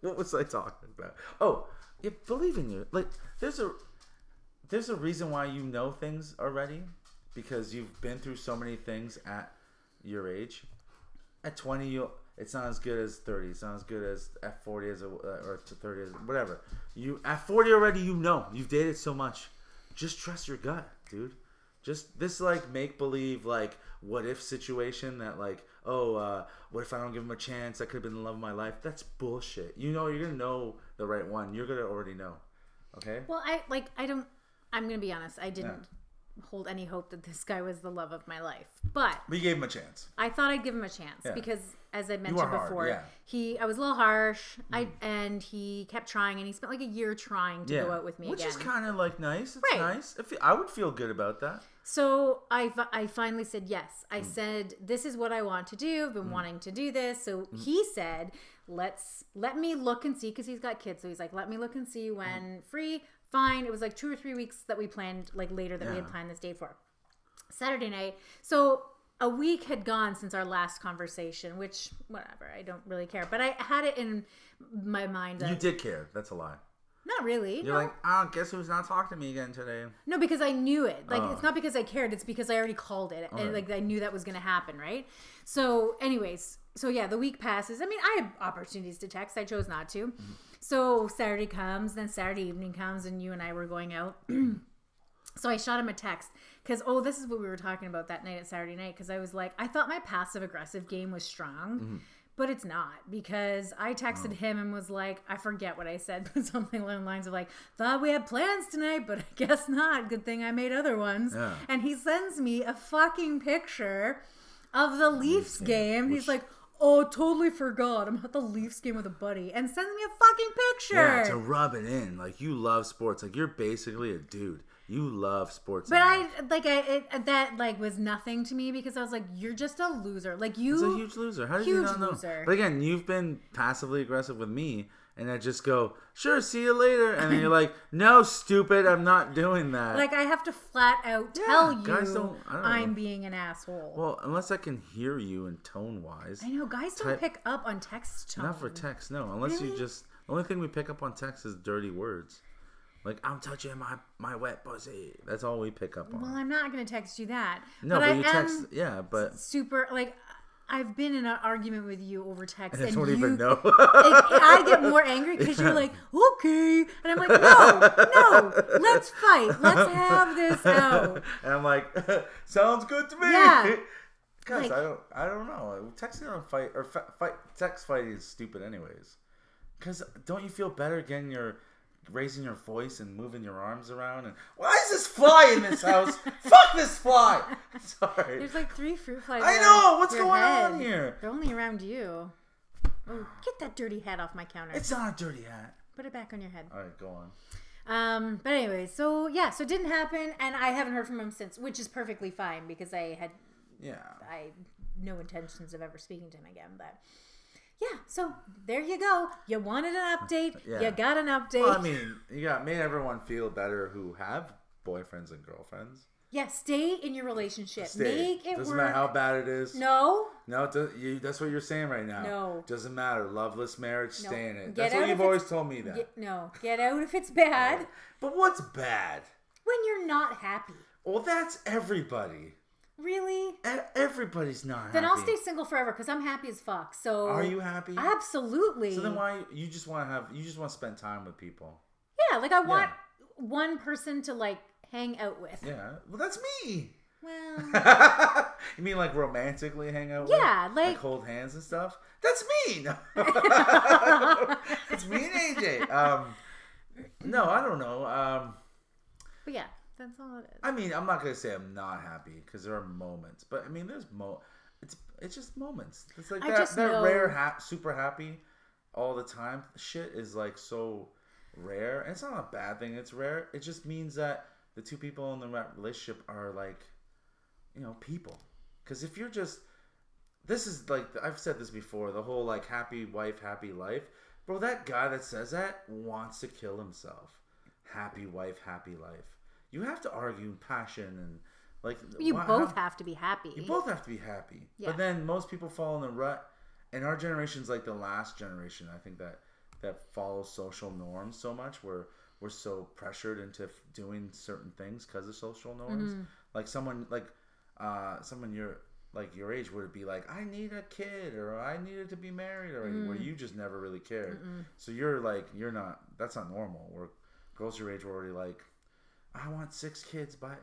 S2: What was I talking about? Oh, you believe in you. Like there's a there's a reason why you know things already because you've been through so many things at your age. At 20, you it's not as good as 30. It's not as good as at 40 as a, or to 30 as whatever. You at 40 already, you know you've dated so much. Just trust your gut, dude. Just this like make believe like what if situation that like oh uh, what if I don't give him a chance I could have been the love of my life. That's bullshit. You know you're gonna know the right one. You're gonna already know. Okay.
S3: Well, I like. I don't. I'm gonna be honest. I didn't hold any hope that this guy was the love of my life, but
S2: We gave him a chance.
S3: I thought I'd give him a chance
S2: Yeah.
S3: because, as I mentioned
S2: hard,
S3: before,
S2: yeah. Mm.
S3: he I was a little harsh. I and he kept trying, and he spent like a year trying to go out with me
S2: Which
S3: again.
S2: is kind of like nice. It's
S3: Right.
S2: nice. If I would feel good about that.
S3: so I fi- I finally said yes.
S2: Mm.
S3: I said this is what I want to do. I've been wanting to do this. So
S2: Mm.
S3: he said, "Let's let me look and see," because he's got kids. So he's like, "Let me look and
S2: Mm.
S3: see when free." Fine. It was like two or three weeks that we planned, like later that we had
S2: Yeah.
S3: planned this date for. Saturday night. So a week had gone since our last conversation, which whatever, I don't really care. But I had it in my mind that
S2: You did care. That's a lie.
S3: Not really.
S2: You're
S3: no.
S2: like, oh, guess who's not talking to me again today?
S3: No, because I knew it. Like
S2: Oh.
S3: it's not because I cared. It's because I already called it, and
S2: Alright.
S3: like I knew that was going to happen, right? So, anyways, so yeah, the week passes. I mean, I had opportunities to text. I chose not to. So Saturday comes, then Saturday evening comes, and you and I were going out. so I shot him a text because oh, this is what we were talking about that night at Saturday night. Because I was like, I thought my passive aggressive game was strong. But it's not because I texted him and was like, I forget what I said, but something along the lines of like, thought we had plans tonight, but I guess not. Good thing I made other ones.
S2: Yeah.
S3: And he sends me a fucking picture of the Leafs game. He's
S2: which-
S3: like, oh, totally forgot. I'm at the Leafs game with a buddy and sends me a fucking
S2: Yeah,
S3: picture.
S2: to rub it in. Like you love sports. Like you're basically a dude. You love sports.
S3: but I like I it, that like was nothing to me because I was like you're just a loser like you
S2: He's a huge loser. How did you
S3: Huge
S2: not know?
S3: loser.
S2: But again, you've been passively aggressive with me, and I just go, "Sure, see you later," and then you're like, "No, stupid, I'm not doing that."
S3: like I have to flat out tell you
S2: guys don't- I don't know.
S3: I'm being an asshole.
S2: well, unless I can hear you in tone wise,
S3: I know guys
S2: Type-
S3: don't pick up on text tone.
S2: not for text. No, unless you
S3: Really?
S2: just. The only thing we pick up on text is dirty words. Like I'm touching my my wet pussy. That's all we pick up on.
S3: Well, I'm not gonna text you that.
S2: no, but,
S3: I
S2: you
S3: am
S2: text. Yeah, but
S3: super like I've been in an argument with you over text,
S2: I
S3: and
S2: don't
S3: you,
S2: even know.
S3: Like, I get more angry because you're like, okay, and I'm like, no, no, let's fight, let's have this out.
S2: and I'm like, sounds good to me.
S3: Yeah.
S2: Guys,
S3: Like-
S2: I don't, I don't know. Texting on fight or fa- fight text fighting is stupid, anyways. Because don't you feel better getting your raising your voice and moving your arms around and why is this fly in this house? Fuck this fly! Sorry.
S3: There's like three fruit flies.
S2: I
S3: around
S2: know, what's
S3: your
S2: going on
S3: head.
S2: here?
S3: They're only around you. Oh, get that dirty hat off my counter.
S2: It's not a dirty hat.
S3: Put it back on your head.
S2: All right, go on.
S3: Um, but anyway, so yeah, so it didn't happen, and I haven't heard from him since, which is perfectly fine because I had
S2: Yeah.
S3: I no intentions of ever speaking to him again. But yeah, so there you go. You wanted an update.
S2: Yeah.
S3: You got an update.
S2: Well, I mean, you got made everyone feel better who have boyfriends and girlfriends.
S3: yeah, stay in your relationship.
S2: Stay.
S3: Make it
S2: Doesn't
S3: work.
S2: matter how bad it is.
S3: no,
S2: No, it does, you, that's what you're saying right now.
S3: No.
S2: doesn't matter. Loveless marriage, stay in it.
S3: Get
S2: That's
S3: out
S2: what
S3: if
S2: you've
S3: it's-
S2: always told me that.
S3: get, no, get out if it's bad.
S2: But what's bad?
S3: When you're not happy,
S2: Well, that's everybody.
S3: really.
S2: E- Everybody's not.
S3: Then I'll
S2: happy.
S3: stay single forever because I'm happy as fuck. So
S2: Are you happy?
S3: Absolutely.
S2: So then why you just want to have you just want to spend time with people?
S3: Yeah, like I want one person to like hang out with.
S2: Yeah. Well, that's me.
S3: Well,
S2: you mean like romantically hang out?
S3: Yeah,
S2: with?
S3: like-
S2: hold hands and stuff. That's me. No. it's me and AJ. Um, no, I don't know. Um.
S3: but yeah, that's all it is.
S2: I mean, I'm not gonna say I'm not happy because there are moments, but I mean, there's mo. It's it's just moments. It's like
S3: I
S2: that
S3: just
S2: that
S3: know-
S2: rare ha- super happy all the time shit is like so rare, and it's not a bad thing. It's rare. It just means that the two people in the re- relationship are like, you know, people. Because if you're just this is like I've said this before, the whole like happy wife, happy life. Bro, that guy that says that wants to kill himself. Happy wife, happy life. You have to argue passion and like
S3: You
S2: why-
S3: both
S2: how-
S3: have to be happy.
S2: You both have to be happy.
S3: Yeah.
S2: But then most people fall in the rut and our generation's like the last generation, I think that that follows social norms so much where we're so pressured into f- doing certain things because of social norms.
S3: Mm-hmm.
S2: Like someone like uh, someone your like your age would be like, I need a kid or I needed to be married or
S3: Mm-hmm.
S2: where you just never really cared. So you're like, you're not. That's not normal. Where girls your age were already like, I want six kids by,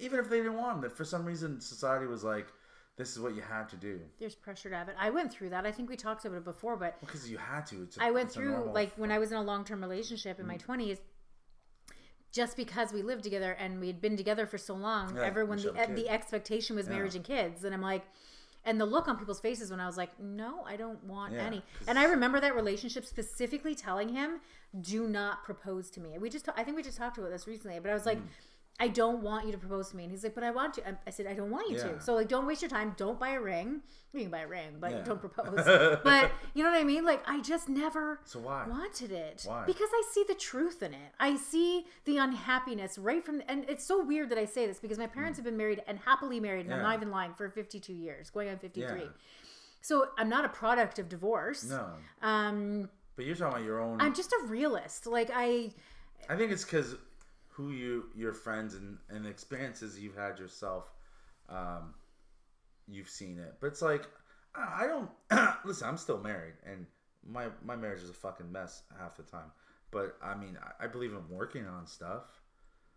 S2: even if they didn't want them. For some reason, society was like, this is what you had to do
S3: There's pressure to have it. I went through that. I think we talked about it before, but
S2: because you had to. It's a-
S3: I went
S2: it's a
S3: through
S2: normal- Mm.
S3: like when I was in a long term relationship in my twenties. Just because we lived together and we had been together for so long,
S2: Yeah,
S3: everyone
S2: we
S3: the,
S2: should have
S3: the
S2: kids.
S3: expectation was marriage and kids, and I'm like, and the look on people's faces when I was like, no, I don't want
S2: Yeah,
S3: any.
S2: 'cause-
S3: And I remember that relationship specifically telling him, do not propose to me. We just, ta- I think we just talked about this recently, but I was like.
S2: Mm.
S3: I don't want you to propose to me. And he's like, but I want to. And I said, I don't want you
S2: Yeah.
S3: to. So, like, don't waste your time. Don't buy a ring. You can buy a ring, but
S2: Yeah.
S3: don't propose. but you know what I mean? Like, I just never
S2: So why?
S3: wanted it.
S2: Why?
S3: Because I see the truth in it. I see the unhappiness right from, and it's so weird that I say this because my parents have been married and happily married, and I'm
S2: Mm. Yeah.
S3: not even lying, for 52 years, going on 53.
S2: Yeah.
S3: So I'm not a product of divorce.
S2: no,
S3: Um,
S2: But you're talking about your own.
S3: I'm just a realist. Like I,
S2: I think it's because who you, your friends, and and the experiences you've had yourself, um, you've seen it. But it's like I I don't listen. I'm still married, and my my marriage is a fucking mess half the time. But I mean, I, I believe in working on stuff.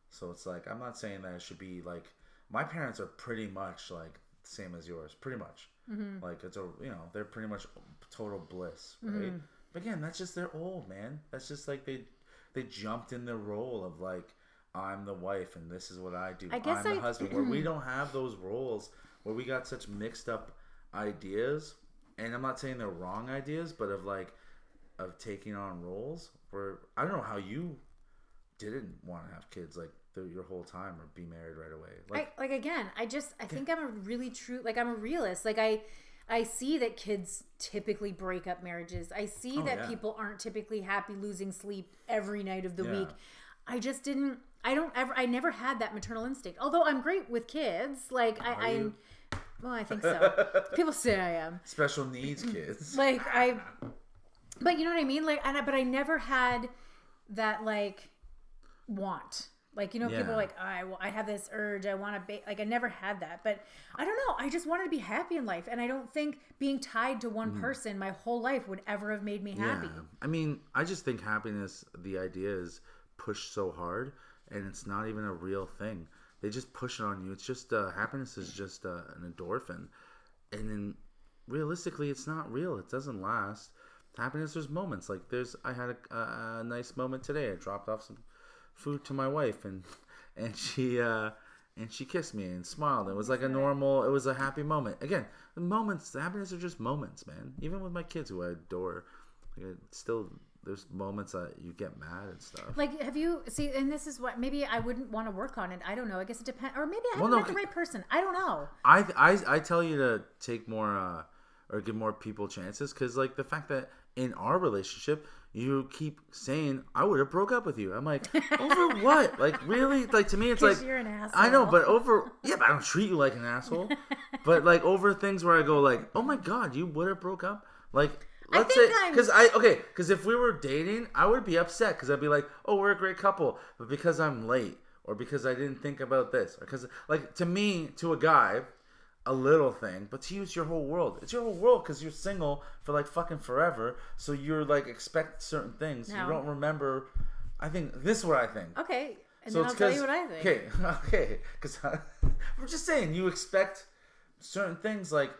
S2: So it's like I'm not saying that it should be like my parents are pretty much like same as yours, pretty much.
S3: Mm-hmm.
S2: Like it's a you know they're pretty much total bliss, right?
S3: Mm-hmm.
S2: But again, that's just they're old man. That's just like they they jumped in the role of like I'm the wife and this is what I do.
S3: I guess
S2: I'm the
S3: I-
S2: husband. Where we don't have those roles, where we got such mixed up ideas, and I'm not saying they're wrong ideas, but of like of taking on roles. Where I don't know how you didn't want to have kids like the, your whole time or be married right away.
S3: I,
S2: Like
S3: like again, I just I think I'm a really true like I'm a realist. Like I I see that kids typically break up marriages. I see
S2: Oh,
S3: that
S2: yeah.
S3: people aren't typically happy losing sleep every night of the
S2: Yeah.
S3: week. I just didn't I don't ever I never had that maternal instinct. Although I'm great with kids. Like I, I
S2: you?
S3: well, I think so. people say I am
S2: special needs kids.
S3: like i but you know what i mean like and I, but i never had that like want like you know people
S2: Yeah.
S3: are like oh, I, wa- I have this urge i want to ba-. like i never had that but i don't know i just wanted to be happy in life and i don't think being tied to one person my whole life would ever have made me happy
S2: Mm. Yeah. I mean, I just think happiness, the idea is pushed so hard and it's not even a real thing. They just push it on you. It's just, uh, happiness is just uh, an endorphin. And then realistically, it's not real. It doesn't last. Happiness, there's moments. Like, there's, I had a, a, a nice moment today. I dropped off some food to my wife and, and she, uh, and she kissed me and smiled. It was like a normal, it was a happy moment. Again, the moments, the happiness are just moments, man. Even with my kids who I adore, like, it's still, there's moments that you get mad and stuff.
S3: like have you see and this is what maybe i wouldn't want to work on it i don't know i guess it depends or maybe i
S2: Well,
S3: haven't
S2: no,
S3: met the right person i don't know
S2: I, I, I tell you to take more, uh, or give more people chances because, like, the fact that in our relationship, you keep saying, I would have broke up with you. I'm like, over what? Like, really? Like, to me, it's
S3: 'Cause
S2: like,
S3: you're an
S2: I know,
S3: asshole.
S2: but over, yeah, but I don't treat you like an asshole. but, like, over things where I go, like, oh my God, you would have broke up? Like,
S3: I
S2: let's say,
S3: think I'm-
S2: because I, okay, because if we were dating, I would be upset because I'd be like, oh, we're a great couple. But because I'm late or because I didn't think about this or because, like, to me, to a guy, a little thing, but to you, it's your whole world. It's your whole world because you're single for like fucking forever. So you're like expect certain things. You
S3: No.
S2: don't remember. I think this is what I think.
S3: okay and
S2: so
S3: then
S2: it's
S3: i'll tell you
S2: 'cause-
S3: what i think
S2: Okay, okay, because we're just saying you expect certain things. Like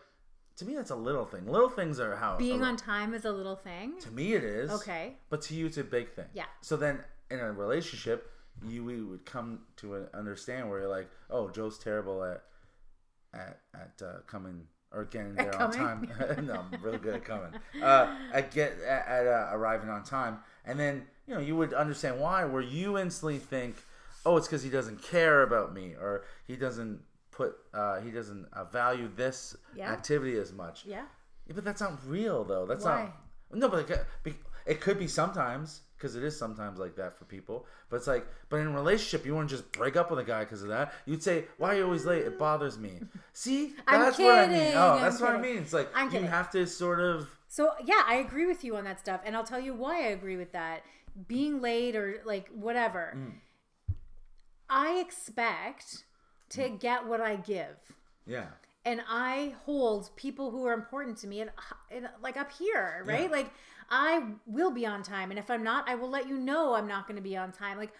S2: to me, that's a little thing. Little things are how
S3: being
S2: are-
S3: on time is a little thing
S2: To me, it is
S3: Okay.
S2: but to you, it's a big thing.
S3: Yeah.
S2: So then, in a relationship, you we would come to an understand where you're like, oh, Joe's terrible at at at uh, coming or getting there on
S3: coming?
S2: time. no, I'm really good at coming. Uh, at get at, at uh, arriving on time, and then you know you would understand why. Where you instantly think, oh, it's because he doesn't care about me, or he doesn't put uh, he doesn't uh, value this
S3: Yeah.
S2: activity as much.
S3: yeah
S2: Yeah, but that's not real though. That's
S3: Why?
S2: not. No, but it could, be- it could be sometimes because it is sometimes like that for people. But it's like, but in a relationship, you wouldn't just break up with a guy because of that. You'd say, "Why are you always late? It bothers me." See,
S3: I'm
S2: that's what I mean.
S3: kidding,
S2: Oh,
S3: I'm
S2: that's what I
S3: kidding.
S2: mean. It's like
S3: I'm
S2: you
S3: kidding.
S2: have to sort of.
S3: So yeah, I agree with you on that stuff, and I'll tell you why I agree with that. Being late or like whatever,
S2: Mm.
S3: I expect to get what I give,
S2: Yeah.
S3: and I hold people who are important to me and, and like up here, right?
S2: Yeah.
S3: Like I will be on time, and if I'm not, I will let you know I'm not going to be on time. Like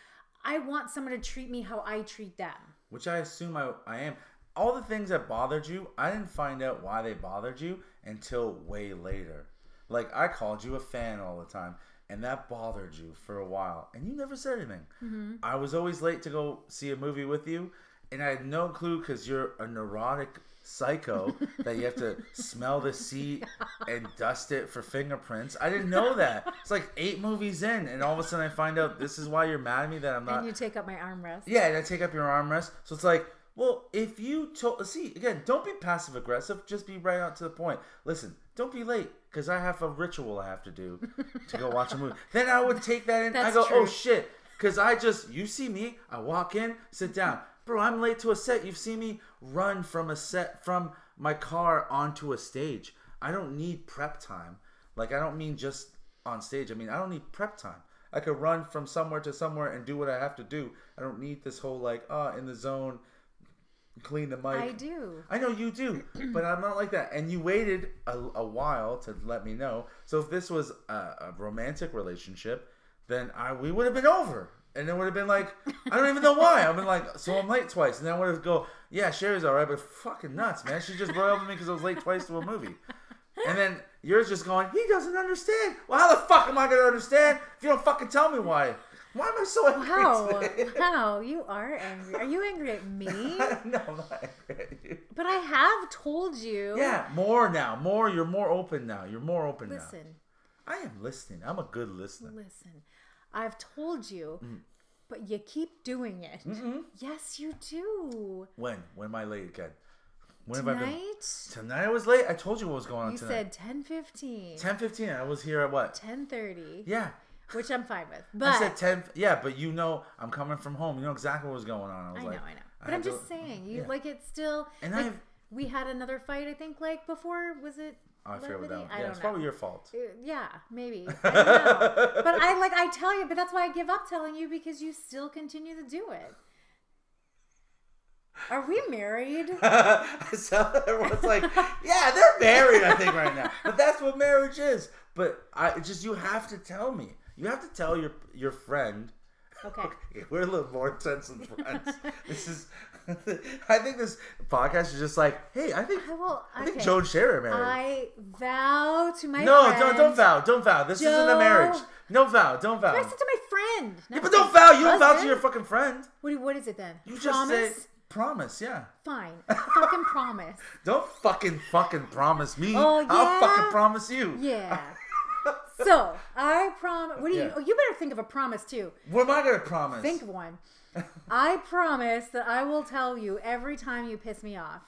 S3: I want someone to treat me how I treat them.
S2: which I assume I, I am. All the things that bothered you, I didn't find out why they bothered you until way later. Like I called you a fan all the time, and that bothered you for a while, and you never said anything. I was always late to go see a movie with you, and I had no clue because you're a neurotic psycho that you have to smell the seat and dust it for fingerprints. I didn't know that. It's like eight movies in, and all of a sudden I find out this is why you're mad at me that I'm not.
S3: And you take up my armrest.
S2: Uh, Yeah, and I take up your armrest. So it's like, well, if you told, see, again, don't be passive aggressive. Just be right out to the point. Listen, don't be late because I have a ritual I have to do to go watch a movie. Then I would take that in. I
S3: That's
S2: go, oh
S3: true.
S2: shit, because I just, you see me, I walk in, sit down. Bro, I'm late to a set. You've seen me run from a set, from my car onto a stage. I don't need prep time. Like, I don't mean just on stage. I mean, I don't need prep time. I could run from somewhere to somewhere and do what I have to do. I don't need this whole like ah in the zone, clean the mic.
S3: I do.
S2: I know you do, but I'm not like that. And you waited a, a while to let me know. So if this was a, a romantic relationship, then I we would have been over, and it would have been like I don't even know why. I've been like so I'm late twice, and then I would have go yeah Sherry's all right, but fucking nuts, man. She just roiled me because I was late twice to a movie. And then yours just going, he doesn't understand. Well, how the fuck am I gonna understand if you don't fucking tell me why? Why am I so angry?
S3: Wow,
S2: today?
S3: wow, you are angry. Are you angry at me?
S2: no, I'm not angry at you.
S3: But I have told you.
S2: Yeah, more now. More. You're more open now. You're more open now.
S3: Listen,
S2: I am listening. I'm a good listener.
S3: listen. I've told you,
S2: Mm-hmm.
S3: but you keep doing it. Yes, you do.
S2: When? When am I late again? When have I been?
S3: Tonight,
S2: Tonight I was late. I told you what was going on
S3: you
S2: tonight.
S3: said 10.15,
S2: ten fifteen. I was here at what?
S3: 10.30,
S2: Yeah.
S3: which I'm fine with. But
S2: I said ten. Yeah, but you know, I'm coming from home. You know exactly what was going on. I was
S3: I know,
S2: like,
S3: I know. But I'm
S2: had to-
S3: just saying, you
S2: yeah.
S3: like it's still.
S2: And
S3: like,
S2: I've-
S3: we had another fight. I think like before was it?
S2: Oh, I forget what
S3: Levity?
S2: that. one-
S3: I
S2: Yeah,
S3: don't
S2: it's
S3: know.
S2: probably your fault.
S3: Uh, Yeah, maybe. I don't know. but I like I tell you, but that's why I give up telling you because you still continue to do it. Are we married?
S2: so everyone's like, yeah, they're married, I think, right now. But that's what marriage is. But I it's just you have to tell me. You have to tell your your friend.
S3: Okay.
S2: We're a little more intense than friends. this is. I think this podcast is just like, hey, I think
S3: I will.
S2: I think
S3: Okay.
S2: Joe and Sherry are married.
S3: I vow to my
S2: no,
S3: friend.
S2: don't don't vow, don't vow. This isn't a marriage.
S3: Joe-
S2: No vow, don't vow.
S3: I said to my friend.
S2: Yeah,
S3: not
S2: but
S3: my
S2: don't vow. You don't vow to
S3: husband.
S2: your fucking friend.
S3: What, do- what is it then?
S2: You just
S3: promise.
S2: say promise, yeah.
S3: Fine. I fucking promise.
S2: Don't fucking fucking promise me.
S3: Oh,
S2: I'll
S3: yeah?
S2: fucking promise you.
S3: Yeah. so I promise. What do you?
S2: Yeah.
S3: Oh, you better think of a promise too.
S2: What am I gonna promise?
S3: Think of one. I promise that I will tell you every time you piss me off.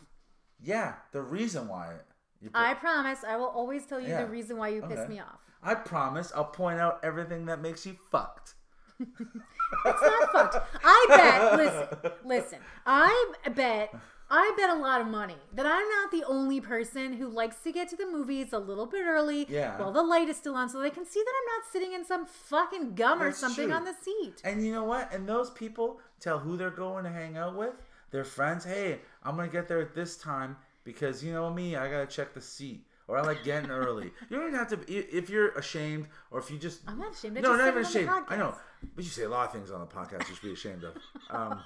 S2: yeah, the reason why. You put-
S3: I promise I will always tell you
S2: Yeah.
S3: the reason why you piss
S2: Okay.
S3: me off.
S2: I promise I'll point out everything that makes you fucked.
S3: It's not fucked. I bet. Listen, listen. I bet. I bet a lot of money that I'm not the only person who likes to get to the movies a little bit early
S2: Yeah.
S3: while the light is still on so they can see that I'm not sitting in some fucking gum or
S2: That's
S3: something
S2: true.
S3: on the seat.
S2: And you know what? And those people tell who they're going to hang out with, their friends, hey, I'm gonna get there at this time because you know me, I gotta check the seat. Or I like getting early. You don't even have to. i- If you're ashamed, or if you just
S3: I'm not ashamed. I
S2: no,
S3: just
S2: not
S3: said
S2: even
S3: it on
S2: ashamed.
S3: the
S2: I know,
S3: podcast.
S2: but you say a lot of things on the podcast you should be ashamed of. Um,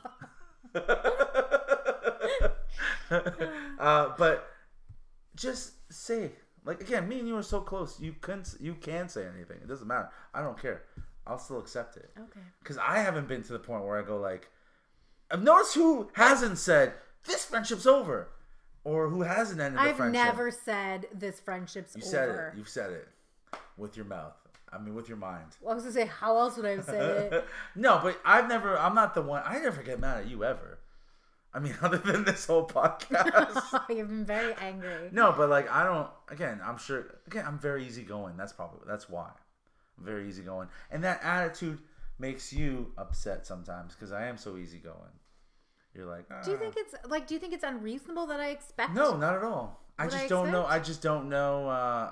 S2: uh, but just say, like again, me and you are so close. You can you can say anything. It doesn't matter. I don't care. I'll still accept it.
S3: Okay.
S2: Because I haven't been to the point where I go like, I've noticed who hasn't said this friendship's over, or who hasn't ended the
S3: I've
S2: friendship.
S3: never said this friendship's
S2: You
S3: over.
S2: said it. You've said it with your mouth. I mean, with your mind.
S3: Well, I was gonna say, how else would I have said it?
S2: No, but I've never. I'm not the one. I never get mad at you ever. I mean, other than this whole podcast.
S3: You've been very angry.
S2: no, but like I don't. Again, I'm sure. Again, I'm very easygoing. That's probably that's why. I'm very easygoing, and that attitude makes you upset sometimes because I am so easygoing. You're like,
S3: Do you think it's like? Do you think it's unreasonable that I expect?
S2: No, not at all. I
S3: What
S2: just
S3: I
S2: don't know. I
S3: expect?
S2: just don't know. Uh,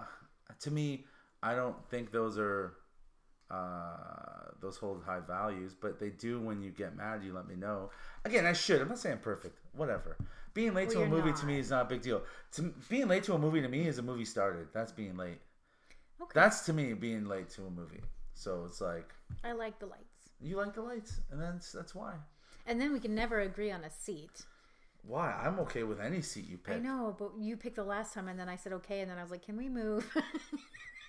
S2: to me, I don't think those are uh, those hold high values, but they do when you get mad. You let me know. Again, I should. I'm not saying perfect. Whatever. Being late
S3: Well,
S2: to a
S3: you're
S2: movie to
S3: not.
S2: me is not a big deal. To, being late to a movie to me is a movie started. That's being late.
S3: Okay.
S2: That's to me being late to a movie. So it's like
S3: I like the lights,
S2: you like the lights, and that's that's why.
S3: and then we can never agree on a seat.
S2: Why I'm okay with any seat you pick.
S3: I know, but you picked the last time, and then I said okay, and then I was like, can we move?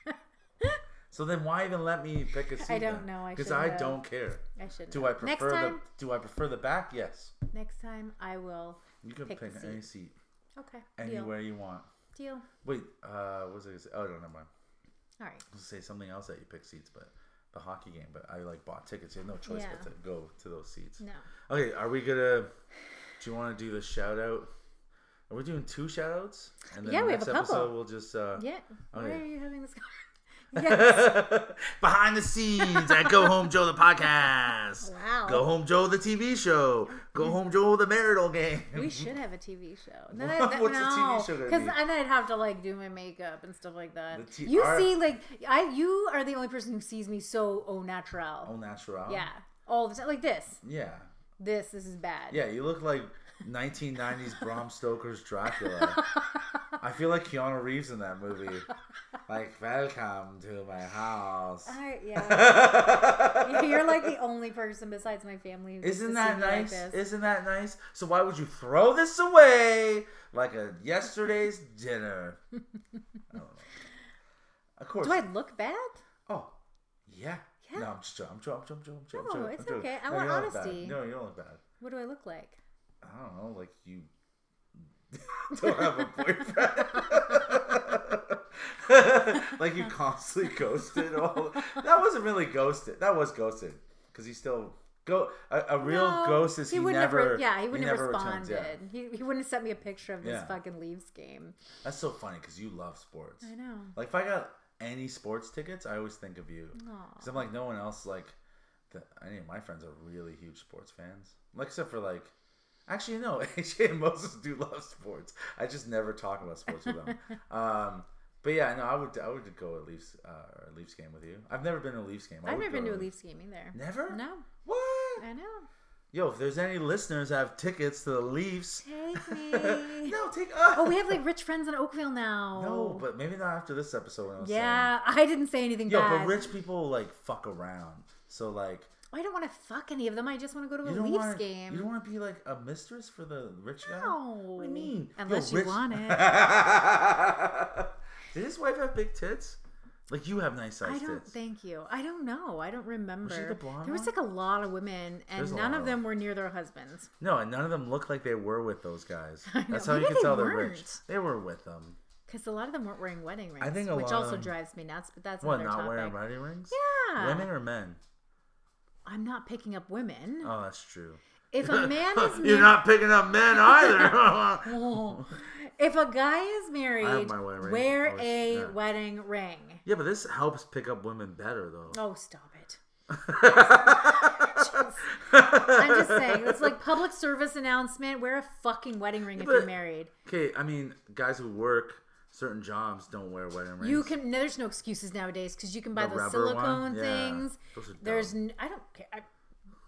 S2: So then why even let me pick a seat?
S3: don't know. I
S2: because I
S3: shouldn't have.
S2: don't care.
S3: I shouldn't.
S2: Do I
S3: have. next
S2: prefer the
S3: time?
S2: Do I prefer the back? Yes.
S3: Next time I will.
S2: You can pick,
S3: Pick the
S2: any seat
S3: Okay.
S2: anywhere you want.
S3: Deal. Deal.
S2: Wait, uh, what was I gonna say? Oh, no, never mind.
S3: All right.
S2: I was gonna say something else that you pick seats, but the hockey game. But I like bought tickets. You had no choice
S3: Yeah.
S2: but to go to those seats.
S3: No.
S2: Okay, are we gonna? Do you want to do the shout out? Are we doing two shout outs? And
S3: Yeah, we have a couple.
S2: We'll just uh,
S3: Yeah.
S2: Oh,
S3: Why
S2: yeah.
S3: are you having this? Yes.
S2: Behind the scenes at Go Home Joe the podcast.
S3: Wow.
S2: Go Home Joe the TV show. Go Home Joe the marital game.
S3: we should have a TV show. Then
S2: Mm-hmm. What's a TV show gonna
S3: Because
S2: be?
S3: then I'd have to like do my makeup and stuff like
S2: The
S3: that.
S2: T-
S3: you
S2: our-
S3: see, like I, you are the only person who sees me so au naturel.
S2: All natural.
S3: yeah, all the time, like this,
S2: Yeah.
S3: this, this is bad.
S2: Yeah, you look like 1990s Bram Stoker's Dracula. I feel like Keanu Reeves in that movie. Like, welcome to my house.
S3: I, yeah. You're like the only person besides my family. who gets
S2: Isn't
S3: to
S2: that
S3: see me like
S2: nice?
S3: this.
S2: Isn't that nice? So why would you throw this away like a yesterday's dinner? I don't know. Of course.
S3: Do I look bad?
S2: Oh, yeah.
S3: Yeah.
S2: No, I'm just joking. I'm joking. I'm joking. I'm joking.
S3: No,
S2: I'm joking.
S3: it's
S2: I'm joking.
S3: okay. I
S2: No,
S3: want
S2: you don't look bad.
S3: honesty.
S2: No, you don't look bad.
S3: What do I look like?
S2: I don't know, like you don't have a boyfriend. like you constantly ghosted all that wasn't really ghosted. That was ghosted. Because he still go a, a real
S3: No,
S2: ghost is he,
S3: wouldn't have
S2: never
S3: re- yeah, he wouldn't have
S2: returns,
S3: responded.
S2: yeah.
S3: He, he wouldn't have sent me a picture of this
S2: Yeah.
S3: fucking Leaves game.
S2: That's so funny because you love sports.
S3: I know.
S2: Like if I got any sports tickets, I always think of you. Because I'm like no one else. Like the, any of my friends are really huge sports fans. Like except for like, actually no, AJ and Moses do love sports. I just never talk about sports with them. Um, but yeah, no, I would I would go at Leafs uh, or a Leafs game with you. I've never been to a Leafs game. I
S3: I've
S2: would
S3: never been
S2: go
S3: to a Leafs game either.
S2: Never.
S3: No,
S2: What?
S3: I know.
S2: Yo, if there's any listeners that have tickets to the Leafs,
S3: Take me.
S2: no, take us.
S3: oh, we have like rich friends in Oakville now.
S2: no, but maybe not after this episode. When I was saying.
S3: yeah, I didn't say anything
S2: Yo,
S3: bad.
S2: but rich people like fuck around. So like
S3: I don't want to fuck any of them. I just want to go to
S2: you
S3: a
S2: don't
S3: Leafs
S2: want
S3: game.
S2: you don't want to be like a mistress for the rich guy.
S3: No.
S2: What do you mean? Yo,
S3: Unless you
S2: rich-
S3: want it.
S2: Did his wife have big tits? Like you have nice
S3: I
S2: sized
S3: don't
S2: tits.
S3: thank you. I don't know. I don't remember.
S2: the blonde
S3: there was
S2: one?
S3: like a lot of women, and
S2: There's a
S3: none
S2: lot
S3: of
S2: of
S3: them were near their husbands.
S2: No, and none of them look like they were with those guys. That's how
S3: Maybe
S2: you can
S3: they
S2: tell they're rich.
S3: weren't.
S2: They were with them.
S3: Because a lot of them weren't wearing wedding rings,
S2: think a
S3: which
S2: lot of
S3: also
S2: them-
S3: drives me nuts. But that's
S2: What,
S3: another
S2: not
S3: topic.
S2: wearing wedding rings?
S3: Yeah.
S2: Women or men?
S3: I'm not picking up women.
S2: Oh, that's true.
S3: If a man is
S2: You're
S3: married,
S2: not picking up men either.
S3: if a guy is married,
S2: my wedding ring. I
S3: wear
S2: was-
S3: a
S2: yeah.
S3: wedding ring.
S2: yeah, but this helps pick up women better though.
S3: Oh, stop it. Jeez. I'm just saying, it's like public service announcement. Wear a fucking wedding ring if
S2: but-
S3: you're married.
S2: Okay, I mean, guys who work certain jobs don't wear wedding rings.
S3: You can. No, there's no excuses nowadays because you can buy
S2: The
S3: the,
S2: rubber one?
S3: silicone
S2: Yeah.
S3: things.
S2: Those are dumb.
S3: There's. N- I don't care. I,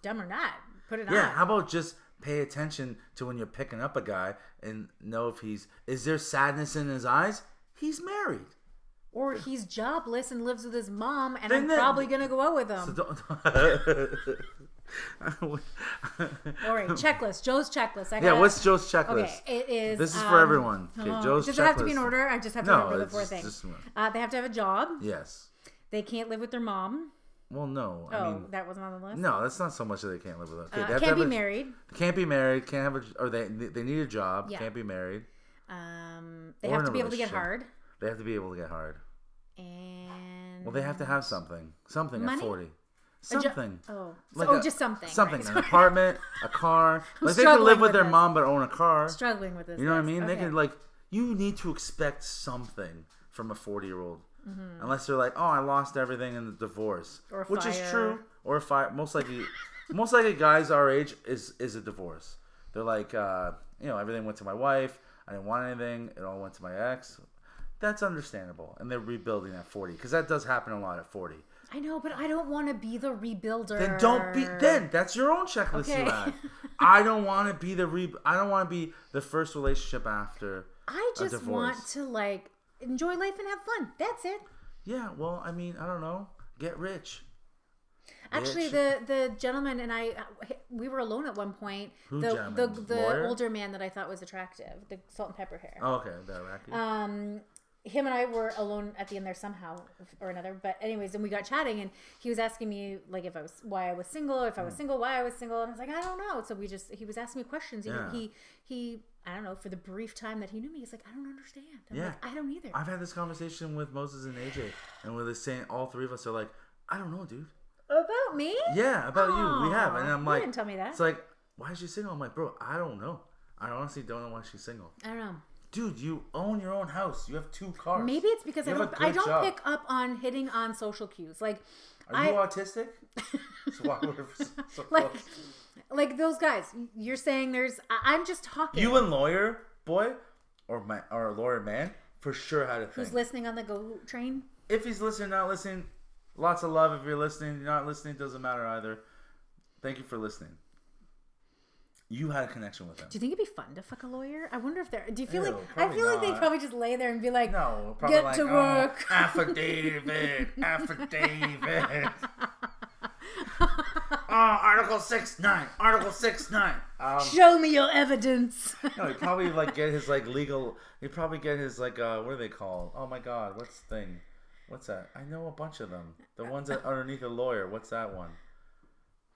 S3: dumb or not, put it
S2: yeah.
S3: on.
S2: How about just pay attention to when you're picking up a guy and know if he's is there sadness in his eyes? He's married.
S3: or he's jobless and lives with his mom, and
S2: Then
S3: I'm
S2: that-
S3: probably gonna go out with him.
S2: So don't.
S3: All right, checklist. Joe's checklist. I
S2: yeah.
S3: gotta-
S2: What's Joe's checklist?
S3: Okay, it is.
S2: This is for everyone. Okay,
S3: oh,
S2: Joe's
S3: does it have to be in
S2: checklist.
S3: order? I just have to
S2: No,
S3: remember the
S2: it's
S3: four
S2: just-
S3: things.
S2: just one.
S3: Uh, they have to have a job.
S2: Yes.
S3: They can't live with their mom.
S2: Well, no.
S3: Oh,
S2: I mean,
S3: that wasn't on the list.
S2: no. That's not so much that they can't live with. Okay,
S3: Uh,
S2: they have to
S3: can't be
S2: have a-
S3: married.
S2: Can't be married. Can't have a or they they need a job.
S3: Yeah.
S2: Can't be married.
S3: Um, they
S2: Or in
S3: have
S2: a
S3: to be able to get hard.
S2: relationship. They have to be able to get hard.
S3: And
S2: Well, they have to have something. Something
S3: Money?
S2: at 40.
S3: A jo-
S2: Something.
S3: oh, So-
S2: Like
S3: oh,
S2: a-
S3: just something.
S2: Something.
S3: right.
S2: An apartment, a car. like they could
S3: struggling
S2: live with
S3: with
S2: their
S3: this.
S2: mom but own a car.
S3: Struggling with this.
S2: You know what I
S3: list.
S2: mean? They
S3: Okay.
S2: could, like, you need to expect something from a 40 year old. Unless they're like, oh, I lost everything in the divorce.
S3: Mm-hmm. Or a
S2: Which is
S3: fire.
S2: true. Or a fire. Most likely, most likely guys our age is, is a divorce. They're like, uh, you know, everything went to my wife. I didn't want anything. It all went to my ex. That's understandable. And they're rebuilding at 40. Because that does happen a lot at 40.
S3: I know, but I don't want to be the rebuilder.
S2: Then don't be. Then that's your own checklist you
S3: Okay.
S2: add. I don't want to be the re. I don't want to be the first relationship after.
S3: I
S2: a
S3: just want
S2: divorce.
S3: to like enjoy life and have fun. That's it.
S2: Yeah. Well, I mean, I don't know. Get rich.
S3: Actually,
S2: Bitch.
S3: the the gentleman and I, uh, we were alone at one point.
S2: Who
S3: the the,
S2: gentleman?
S3: the
S2: Lawyer?
S3: older man that I thought was attractive, the salt and pepper hair.
S2: Oh, okay. That Iraqi.
S3: um him and I were alone at the end there somehow or another. But anyways, and we got chatting, and he was asking me like if I was why I was single, if I
S2: Hmm.
S3: was single, why I was single, and I was like I don't know. So we just he was asking me questions. He
S2: Yeah.
S3: he, he I don't know for the brief time that he knew me, he's like I don't understand. I'm
S2: Yeah.
S3: like I don't either.
S2: I've had this conversation with Moses and AJ, and we're the same. All three of us are like, I don't know, dude.
S3: About me?
S2: Yeah, about you. We have,
S3: Aw,
S2: and I'm
S3: you
S2: like,
S3: didn't tell me that.
S2: It's like, why is she single? I'm like, bro, I don't know. I honestly don't know why she's single.
S3: I don't know.
S2: dude, you own your own house. You have two cars.
S3: Maybe it's because
S2: You
S3: I
S2: have a
S3: don't I
S2: good
S3: don't
S2: job.
S3: pick up on hitting on social cues. Like
S2: Are you
S3: I-
S2: autistic? That's why we're so so
S3: like
S2: close.
S3: like those guys. You're saying there's I- I'm just talking.
S2: You and lawyer boy, or ma or lawyer man, for sure had a thing.
S3: who's listening on the go train?
S2: if he's listening, not listening, lots of love. If you're listening, you're not listening, doesn't matter either. Thank you for listening. You had a connection with him.
S3: Do you think it'd be fun to fuck a lawyer? I wonder if they're. Do you feel
S2: Ew,
S3: like I
S2: probably
S3: feel like
S2: not.
S3: they'd probably just lay there and be like,
S2: No, probably
S3: Get
S2: like
S3: to
S2: oh,
S3: work.
S2: affidavit, affidavit. oh, Article six nine, Article six nine. Um,
S3: "Show me your evidence."
S2: no, he'd probably like get his like legal. He'd probably get his like uh, what do they call? Oh my God, what's the thing? What's that? I know a bunch of them. The ones that are underneath a lawyer. What's that one?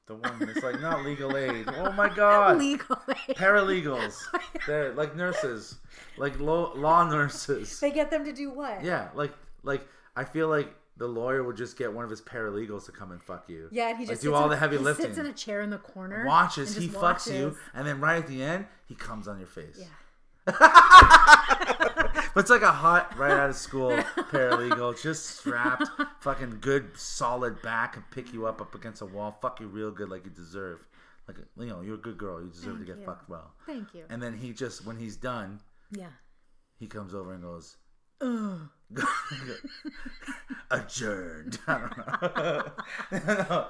S2: The one that's like not legal aid. Oh my God.
S3: Legally,
S2: Paralegals. They're like nurses, like lo- law nurses.
S3: they get them to do what?
S2: Yeah, like like I feel like the lawyer would just get one of his paralegals to come and fuck you.
S3: Yeah, and he
S2: Like,
S3: just
S2: do
S3: sits
S2: all
S3: in-
S2: the heavy
S3: he
S2: lifting.
S3: Sits in a chair in the corner,
S2: watches,
S3: and
S2: he
S3: just
S2: fucks you,
S3: watches.
S2: and then right at the end, he comes on your face.
S3: Yeah.
S2: But it's like a hot, right out of school paralegal, just strapped, fucking good, solid back, and pick you up up against a wall, fuck you real good, like you deserve. Like you know, you're a good girl, you deserve
S3: Thank
S2: to get
S3: you.
S2: fucked well.
S3: Thank you.
S2: And then he just, when he's done,
S3: yeah.
S2: he comes over and goes,
S3: Ugh.
S2: adjourned. I don't know.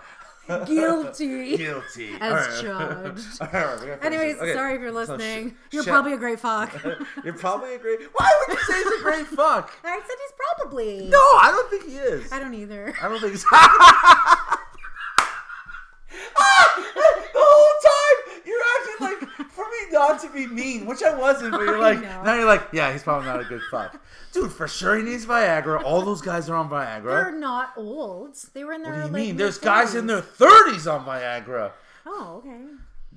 S3: Guilty.
S2: Guilty.
S3: As
S2: Alright.
S3: charged.
S2: Alright, we gotta finish
S3: Anyways,
S2: this. Okay. Oh,
S3: sorry if you're
S2: So, sh-
S3: listening. you're
S2: sh-
S3: probably a great fuck.
S2: You're probably a great. Why would you say he's a great fuck?
S3: I said he's probably.
S2: No, I don't think he is.
S3: I
S2: I
S3: don't either.
S2: don't think. So. the whole time you're acting like for me not to be mean, which I wasn't, but you're
S3: I
S2: like
S3: know.
S2: now you're like yeah, he's probably not a good fuck, dude. For sure he needs Viagra. All those guys are on Viagra.
S3: They're not old. They were in their.
S2: what do you
S3: like,
S2: mean? There's guys in their thirties on Viagra.
S3: Oh, okay.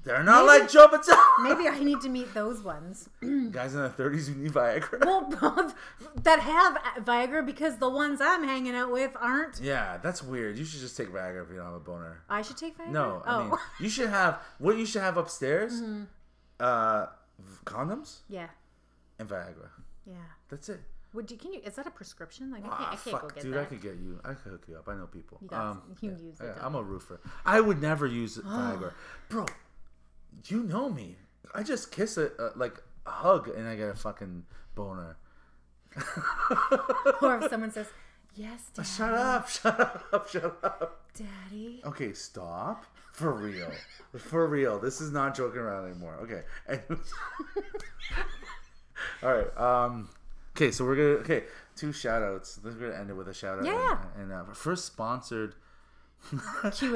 S2: They're not
S3: Maybe-
S2: like Joe Patel.
S3: Maybe I need to meet those ones.
S2: Guys in their thirties who need Viagra.
S3: Well, both that have Viagra because the ones I'm hanging out with aren't.
S2: Yeah, that's weird. You should just take Viagra if you don't have a boner.
S3: I should take Viagra. Oh.
S2: No, I mean you should have what you should have upstairs.
S3: Mm-hmm.
S2: Uh, v- condoms
S3: yeah,
S2: and Viagra.
S3: yeah.
S2: That's it.
S3: Would you? Can you? Is that a prescription? Like I can't,
S2: Ah,
S3: I can't
S2: fuck,
S3: go get
S2: dude,
S3: that.
S2: I could get you. I could hook you up. I know people. Um,
S3: You got- you
S2: yeah,
S3: use
S2: I-
S3: it,
S2: I'm a roofer. I would never use Viagra, bro. You know me. I just kiss a, a like a hug and I get a fucking boner.
S3: Or if someone says, "Yes, Dad,
S2: Shut up! Shut up! Shut up!
S3: Daddy."
S2: Okay, stop. For real. For real. This is not joking around anymore. Okay. Anyways. All right. Um okay, so we're going to okay, two shout-outs. We're going to end it with a shout-out.
S3: Yeah.
S2: And, and uh, first sponsored
S3: Cue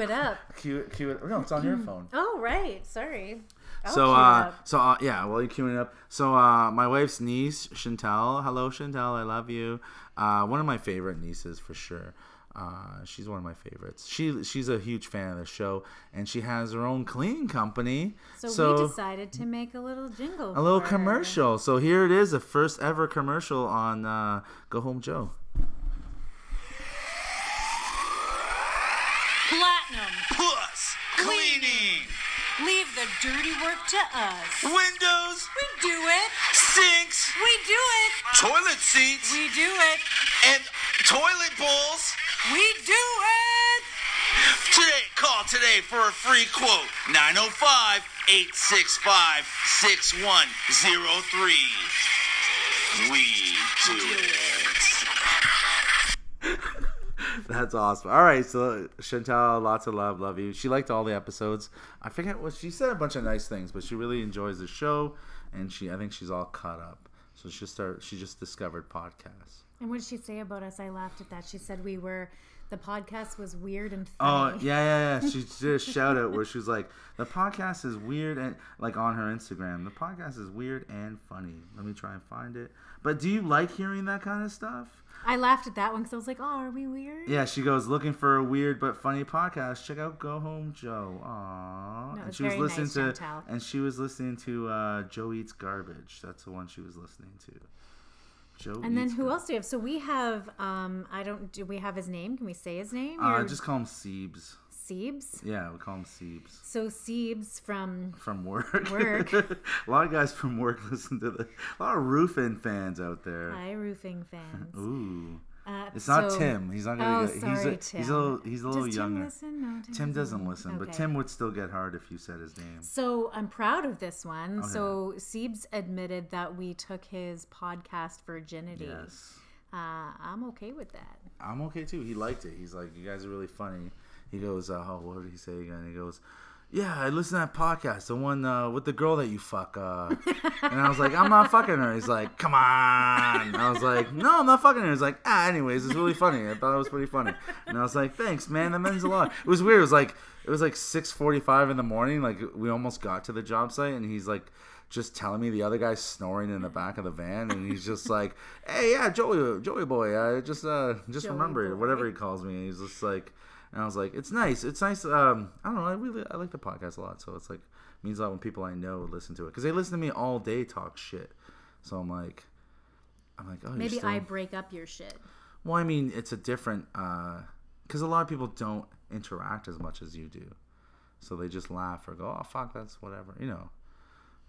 S3: it up.
S2: Q Q No, it's on your phone.
S3: Oh right, sorry. I'll
S2: So
S3: cue it
S2: uh
S3: up.
S2: so uh, yeah, while you're queuing it up. So uh my wife's niece, Chantel. Hello Chantel, I love you. Uh one of my favorite nieces for sure. Uh, she's one of my favorites. She she's a huge fan of the show, and she has her own cleaning company.
S3: so, we decided to make a little jingle.
S2: a little
S3: for-
S2: commercial. So here it is, the first ever commercial on uh, Go Home Joe.
S4: Platinum,
S1: Plus cleaning,
S4: leave the dirty work to us.
S1: windows,
S4: We do it.
S1: sinks,
S4: We do it.
S1: toilet seats,
S4: We do it.
S1: and toilet bowls.
S4: We do it.
S1: Today, call today for a free quote 905 865 6103. We do it.
S2: That's awesome. All right, so Chantal, lots of love, love you. She liked all the episodes. I forget what she said a bunch of nice things, but she really enjoys the show, and she I think she's all caught up. So she start she just discovered podcasts.
S3: And what did she say about us? I laughed at that. She said we were. The podcast was weird and
S2: Oh
S3: funny.
S2: yeah, yeah, yeah. She did a shout out where she was like, "The podcast is weird and like on her Instagram. The podcast is weird and funny. Let me try and find it." But do you like hearing that kind of stuff?
S3: I laughed at that one because I was like, "Oh, are we weird?"
S2: Yeah, she goes looking for a weird but funny podcast. Check out Go Home Joe. Aww,
S3: No,
S2: and
S3: it's
S2: she was
S3: very nice,
S2: listening to
S3: Chantal.
S2: and she was listening to uh, Joe Eats Garbage. That's the one she was listening to. Joe.
S3: And then
S2: Eats
S3: who
S2: Gar-
S3: else do we have? So we have, um, I don't, do we have his name? Can we say his name?
S2: Uh,
S3: Or
S2: just call him Siebes.
S3: Siebes.
S2: Yeah, we call him Siebes.
S3: So Siebes from
S2: From work.
S3: Work.
S2: a lot of guys from work listen to the. A lot of roofing fans out there.
S3: High Roofing fans.
S2: Ooh.
S3: Uh,
S2: It's not
S3: so-
S2: Tim. He's not gonna.
S3: Oh,
S2: get,
S3: sorry,
S2: he's a, He's a
S3: Tim.
S2: little. He's a little
S3: Does Tim
S2: younger.
S3: listen? No, Tim
S2: Tim
S3: doesn't
S2: doesn't listen,
S3: listen.
S2: but
S3: Okay.
S2: Tim would still get hard if you said his name.
S3: So I'm proud of this one. So Siebes admitted that we took his podcast virginity.
S2: Yes.
S3: Uh, I'm okay with that.
S2: I'm okay too. He liked it. He's like, you guys are really funny. He goes, uh, oh, what did he say again? He goes, yeah, I listened to that podcast, the one uh, with the girl that you fuck. Uh. and I was like, I'm not fucking her. He's like, come on. I was like, no, I'm not fucking her. He's like, ah, anyways, it's really funny. I thought it was pretty funny. And I was like, thanks, man. That means a lot. It was weird. It was like, it was like 6:45 in the morning. Like we almost got to the job site, and he's like. Just telling me the other guy's snoring in the back of the van, and he's just like, "Hey, yeah, Joey, Joey boy, uh, just, uh, just
S3: Joey
S2: remember it,
S3: boy.
S2: whatever he calls me. And he's just like, and I was like, it's nice. It's nice. Um, I don't know. I really I like the podcast a lot. So it's like means a lot when people I know listen to it because they listen to me all day talk shit. So I'm like, I'm like, oh, you're
S3: Maybe
S2: still...
S3: I break up your shit.
S2: Well, I mean, it's a different because a lot of people don't interact as much as you do, so they just laugh or go, "Oh fuck, that's whatever," you know.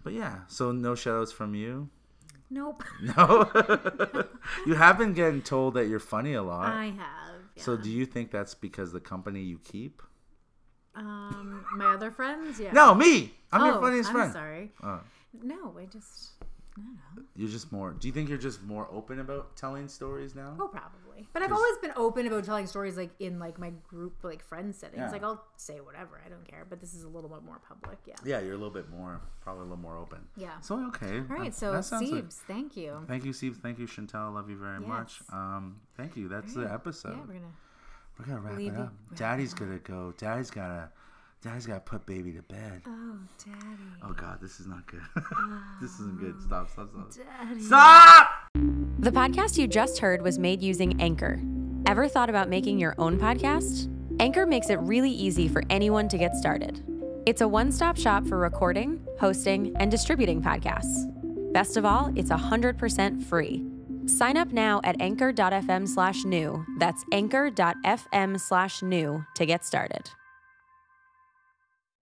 S2: But yeah, so no shoutouts from you.
S3: Nope.
S2: No, you have been getting told that you're funny a lot.
S3: I have. Yeah.
S2: So do you think that's because the company you keep?
S3: um, my other friends? Yeah.
S2: No, me. I'm
S3: Oh,
S2: your funniest
S3: I'm
S2: friend.
S3: sorry.
S2: Oh.
S3: No, I just. I don't know.
S2: You're just more. Do you think you're just more open about telling stories now?
S3: Oh, probably. But I've
S2: 'Cause-
S3: always been open about telling stories, like in like my group, like friend settings.
S2: Yeah.
S3: Like I'll say whatever, I don't care. But this is a little bit more public. Yeah.
S2: Yeah, you're a little bit more, probably a little more open.
S3: Yeah.
S2: So okay.
S3: All right. So Siebes, thank you.
S2: Thank you, Steve. Thank you, Chantel. Love you very much.
S3: Yes.
S2: Um, thank you. That's the episode.
S3: Yeah, we're gonna.
S2: we're, gonna wrap
S3: leave
S2: it
S3: you-
S2: up. Daddy's gonna go. Daddy's gotta. Daddy's gotta put baby to bed.
S3: Oh, daddy. Oh,
S2: Oh God, this is not good. this isn't good. Stop. Stop. Stop.
S3: Daddy.
S2: Stop.
S5: The podcast you just heard was made using Anchor. Ever thought about making your own podcast? Anchor makes it really easy for anyone to get started. It's a one stop shop for recording, hosting, and distributing podcasts. Best of all, it's 100% free. Sign up now at anchor.fm slash new. That's anchor.fm slash new to get started.